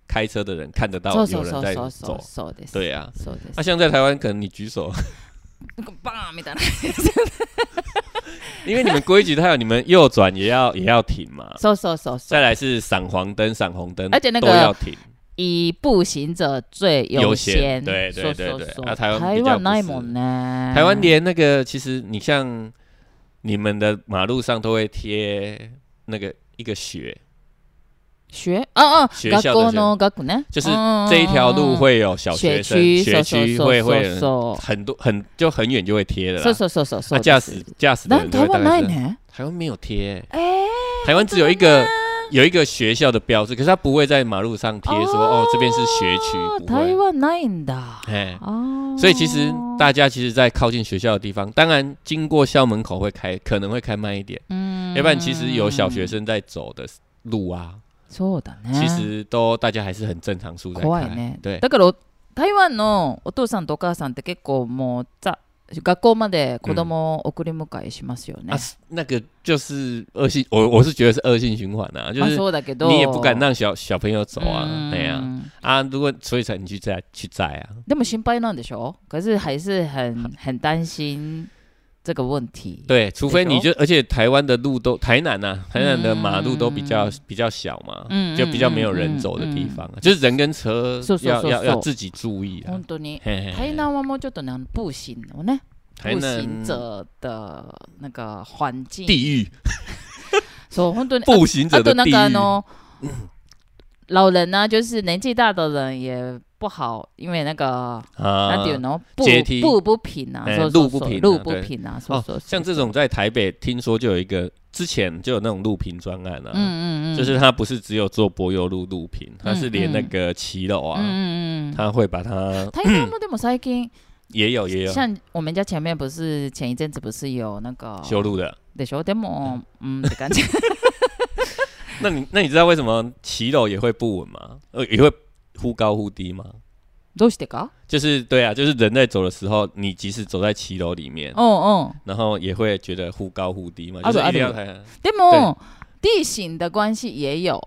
A: 开车的人看得到
B: そうそう
A: 有
B: そ
A: 人
B: う
A: 在
B: そうそう
A: 走。
B: そうです。
A: 对啊，
B: そうで
A: 那、
B: す。
A: 像在台湾，可能你举手，
B: なんかバーンみたいな。
A: 因为你们规矩它有你们右转也要也要停嘛。
B: そうそうそうそう。
A: 再来是闪黄灯、闪红灯，
B: 而且哎那个
A: 都要停。
B: 以步行者最
A: 优
B: 优
A: 先对对
B: そう
A: 对
B: そう
A: 对
B: そう
A: 啊台湾
B: 台
A: 比较
B: 湾
A: 不
B: ない
A: 是
B: もんね。
A: 台湾连那个，其实你像你们的马路上都会贴那个一个雪，
B: 学啊啊，
A: 学校的
B: 学校の学ね。
A: 就是这一条路会有小学生、
B: 哦学区
A: 学区会会有人
B: そう
A: 很多很就很远就会贴的啦。
B: そうそうそうそうそうそうそうです
A: 啊，驾驶驾驶的
B: なん
A: 人都
B: 台
A: 会大
B: 湾ない
A: 概是
B: ね。
A: 台湾没有贴欸、
B: え
A: 台湾只有一个有一个学校的标志，可是它不会在马路上贴说哦这边是学区，
B: 哦
A: 不
B: 台
A: 会。
B: 湾ないんだ。
A: 哎，
B: 哦，
A: 所以其实大家其实，在靠近学校的地方，当然经过校门口会开，可能会开慢一点，
B: 嗯
A: 要不然其实有小学生在走的路啊，
B: そうだね。
A: 其实都大家还是很正常速在
B: 怖い
A: 开
B: ね。。
A: 对，
B: だから台湾のお父さんとお母さんって結構もうざ学校まで子供を送り迎えしますよね。
A: 啊，是那个就是恶性，我我是觉得是恶性循环啊，就
B: まあ
A: 是
B: そうだけど、
A: 你也不敢让小小朋友走啊，哎呀
B: 哦嗯
A: 啊，如果所以才你去载去载啊，
B: でも心配なんでしょ可是还是很很担心这个问题。
A: 对，除非
B: 对
A: 你
B: 哦
A: 就，而且台湾的路都台南呐、台南的马路都比较、
B: 嗯
A: 比较小嘛，
B: 嗯
A: 就比较没有人走的地方啊，就是人跟车
B: そうそうそう
A: 要
B: そう
A: 要要自己注意啊
B: 本。当に
A: 嘿嘿嘿
B: 哦台南はもうちょっとねあの步行のね
A: 台
B: 步
A: 南
B: 行者哎啊的那个环境，
A: 地狱，
B: そう本当に
A: 步 行者
B: あ
A: 的
B: となん
A: 地
B: かあ
A: 狱。
B: の嗯老人呢、就是年纪大的人也不好，因为那个那
A: 啊
B: 点呢步
A: 阶梯
B: 步不平啊，
A: 哎
B: 说
A: 路不平啊
B: 路不
A: 对
B: 平啊，说
A: 哦
B: 说，
A: 像这种在台北听说就有一个，之前就有那种录屏专案啊，
B: 嗯嗯嗯，
A: 就是它不是只有做柏油路录屏，它是连
B: 嗯
A: 那个骑楼
B: 嗯
A: 啊，
B: 嗯嗯嗯，
A: 它会把它
B: 台南もでも最近
A: 也有 也有
B: 像我们家前面不是前一阵子不是有那个
A: 修路的。
B: 的时候，でも嗯的 感觉，
A: 那你那你知道为什么骑楼也会不稳吗？呃，也会忽高忽低吗？
B: どうしてか？
A: 就是对啊，就是人在走的时候，你即使走在骑楼里面，
B: 哦哦，
A: 然后也会觉得忽高忽低嘛，
B: 啊
A: 就是
B: 对啊
A: 一定要
B: 对
A: 看。
B: でも地形的关系也有。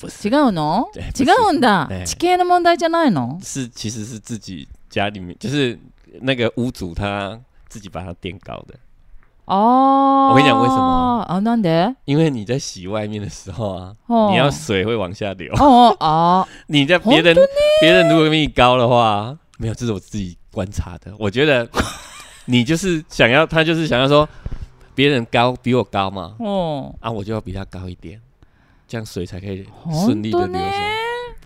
A: 不是
B: 違うの？
A: 对不
B: 違
A: 是
B: うんだ。
A: 哎
B: 地形の問題じゃないの？
A: 是其实是自己家里面，就是那个屋主他自己把它垫高的，
B: 哦，
A: 我跟你讲为什么？
B: 啊，なんで？
A: 因为你在洗外面的时候啊，
B: 哦
A: 你要水会往下流，
B: 哦哦，
A: 你在别人别人如果比你高的话，没有，这是我自己观察的，我觉得 你就是想要，他就是想要说别人高比我高嘛，
B: 哦，
A: 啊，我就要比他高一点，这样水才可以顺
B: 本
A: 利
B: 当
A: 的流
B: ね
A: 下。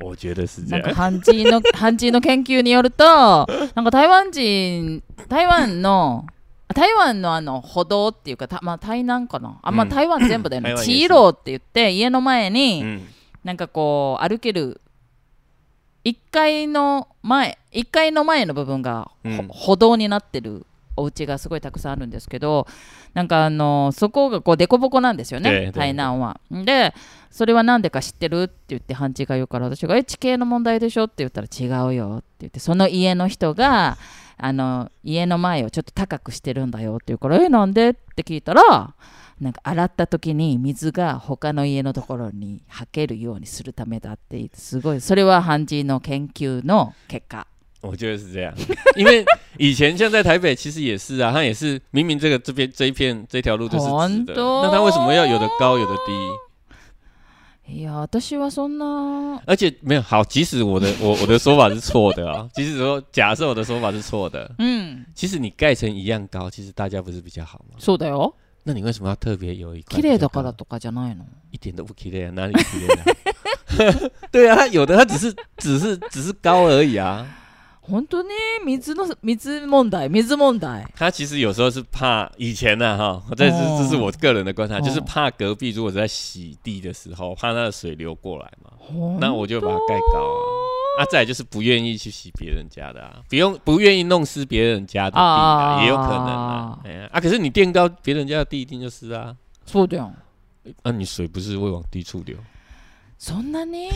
A: 我觉得是这
B: なんか。
A: 样
B: 漢字 の漢字の研究によると、なんか台湾人台湾の台湾のあの歩道っていうか、たまあ台南かな。あ、まあ
A: うん
B: 台湾全部だよ
A: 台
B: ね。
A: 湾
B: チーローって言って家の前に、
A: 嗯，
B: なんかこう歩ける1階の前1階の前の部分がほ、
A: うん
B: 歩道になってるお家がすごいたくさんあるんですけどなんかあのそこがこう凸凹なんですよ
A: で
B: ね
A: で
B: 台南は。でそれは何でか知ってるって言って半地が言うから私が「え地形の問題でしょ?」って言ったら「違うよ」って言ってその家の人があの家の前をちょっと高くしてるんだよって言うから「えなんで?」って聞いたらなんか洗った時に水が他の家のところにはけるようにするためだって言ってすごいそれはハンジの研究の結果
A: 我觉得是这样， 因为以前像在台北，其实也是啊，他也是明明这个这边这一片这条路就是直的，
B: 本当
A: 那他为什么要有的高有的低？
B: いや私はそんな
A: 而且没有好，即使我的我我的说法是错的啊， 即使说假设我的说法是错的，
B: うん
A: 其实你盖成一样高，其实大家不是比较好吗？
B: そうだよ
A: 那你为什么要特别有一块
B: 綺
A: 比较高？
B: 麗だからとかじゃないの
A: 一点都不 k 烈啊，哪里 k 烈啊？对啊，他 有的他只是只是只是高而已啊，
B: 本当に水の水問題水問題
A: 他其实有时候是怕以前呢、啊、哈，这是
B: 哦
A: 这是我个人的观察，
B: 哦
A: 就是怕隔壁如果在洗地的时候，怕那个水流过来
B: 哦
A: 嘛，那我就把它盖高啊。啊，再来就是不愿意去洗别人家的啊，不用不愿意弄湿别人家的地啊，
B: 啊
A: 也有可能啊。哎呀，啊，可是你垫高别人家的地，一定就湿啊。
B: そうだよ
A: 那、你水不是会往低处流？
B: そんな に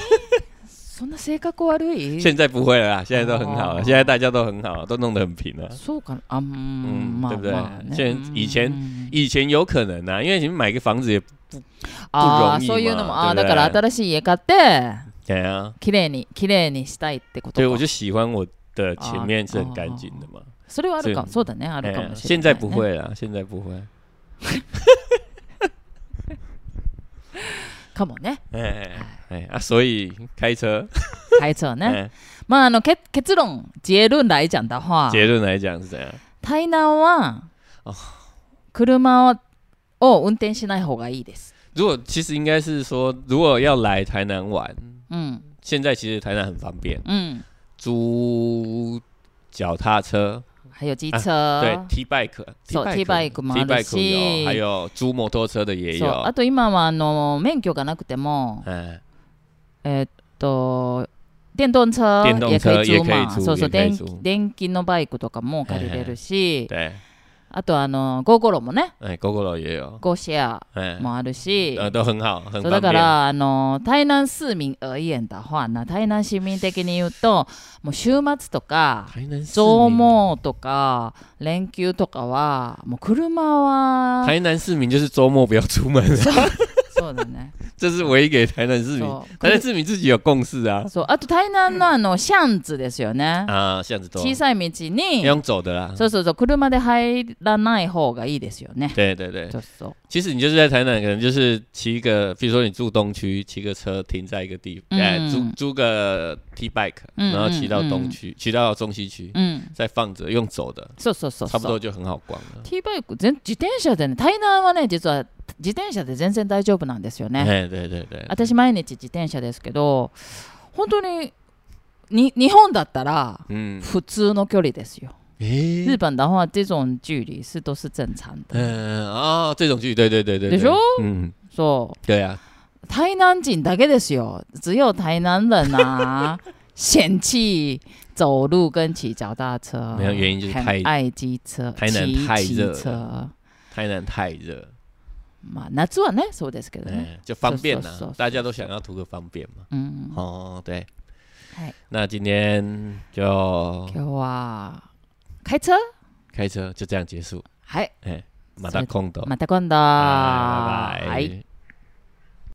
B: そんな性格悪い
A: 现在不会了啦，现在都很好了，
B: 哦
A: 现在大家都很好，都弄得很平了。
B: そうかなあうん
A: 嗯
B: まあ
A: 对不对
B: まあね
A: 现在以前
B: うん
A: 以前有可能啊，因为你们买个房子也，
B: ああ
A: 不容易
B: そういうのもああ
A: 嘛对
B: だか
A: 不对
B: ら新しい家買って
A: 哎呀，
B: 綺麗に綺麗にしたいってこと
A: 对，我
B: か
A: 就喜欢我的前面是很干净的嘛。
B: それはあるかそ
A: そう
B: うだねあ
A: 哎
B: るか
A: 呀
B: もしれない、
A: 现
B: ね
A: 在不会了，现在不会。
B: かも ね
A: 哎哎啊，所以开车，
B: 会長 ね、
A: 哎，
B: まああのけ結論结论来讲的话
A: 结论来讲是怎样？
B: 台南は
A: あ
B: 車をを運転しない方がいいです
A: 如果其实应该是说，如果要来台南玩，
B: うん
A: 现在其实台南很方便，
B: うん
A: 租脚踏车，
B: 还有机车、
A: 对，T bike，
B: そう T バイクもある
A: 啊 T bike 有，
B: し
A: 还有租摩托车的也
B: そうあ
A: 有，
B: と今はあの免許がなくても
A: 嗯，
B: えーっと電動車
A: 電動車
B: 也可以租嘛
A: 也可以租
B: そうそう
A: 也可以
B: 電
A: 租
B: 電気のバイクとかも借りれるし
A: 对，
B: あとあのゴーゴロもね
A: 哎，GoGo 也有，
B: ゴーシェア
A: 哎，
B: もあるし、
A: 呃，都很好，很
B: そう
A: 方
B: だか
A: 便。
B: らあの台南市民而言的话な台南市民的に言うともう週末とか
A: 台南市
B: 上
A: 民，
B: 毛とか連休とかはもう車は
A: 台南市民就是周末不要出门，
B: そうだね。
A: 啊这是唯一给台南市民，
B: そう
A: 台南市民自己有共识啊
B: そうあと台南のあの巷子ですよね。
A: 啊，巷子多
B: 小さい道に、
A: 用走的啦。
B: そうそうそう車で入らない方がいいですよね。
A: 对对对，
B: そうそう。
A: 其实你就是在台南，可能就是骑一个，比如说你住东区，骑个车停在一个地，
B: 嗯
A: 哎、租租个 T bike，
B: 嗯
A: 然后骑到
B: 嗯嗯
A: 东区，骑到中西区，
B: うん。
A: 再放着用走的，
B: そうそうそうそう。
A: 差不多就很好逛了。
B: T バイク全自転車でね台南はね実は自転車で全然大丈夫なんですよね。
A: 哎，对对对，
B: 私毎日自転車ですけど本当にに日本だったら
A: 嗯，
B: 普通の距離ですよ。
A: 诶、
B: 日本的话这种距离是都是正常的。
A: 嗯哦，这种剧，对对对对，对
B: でしょ
A: 嗯，
B: そう。
A: 对啊，
B: 台南人だけですよ。只有台南人 啊，嫌弃走路跟骑脚踏车。
A: 没有原因就是太
B: 很爱机车，
A: 台南太
B: 骑
A: 热
B: 骑
A: 了
B: 车。
A: 台南太热，
B: まあ夏はね、そうですけど
A: 哎、
B: ね。
A: 就方便呐、
B: 是是是是
A: 大家都想要图个方便嘛。
B: うん。
A: 哦，对
B: 嗨，
A: 那今天就
B: 今日は開車
A: 开车就这样结束，
B: はい。
A: 马达空斗，
B: また今度。
A: 哎拜拜。
B: はい。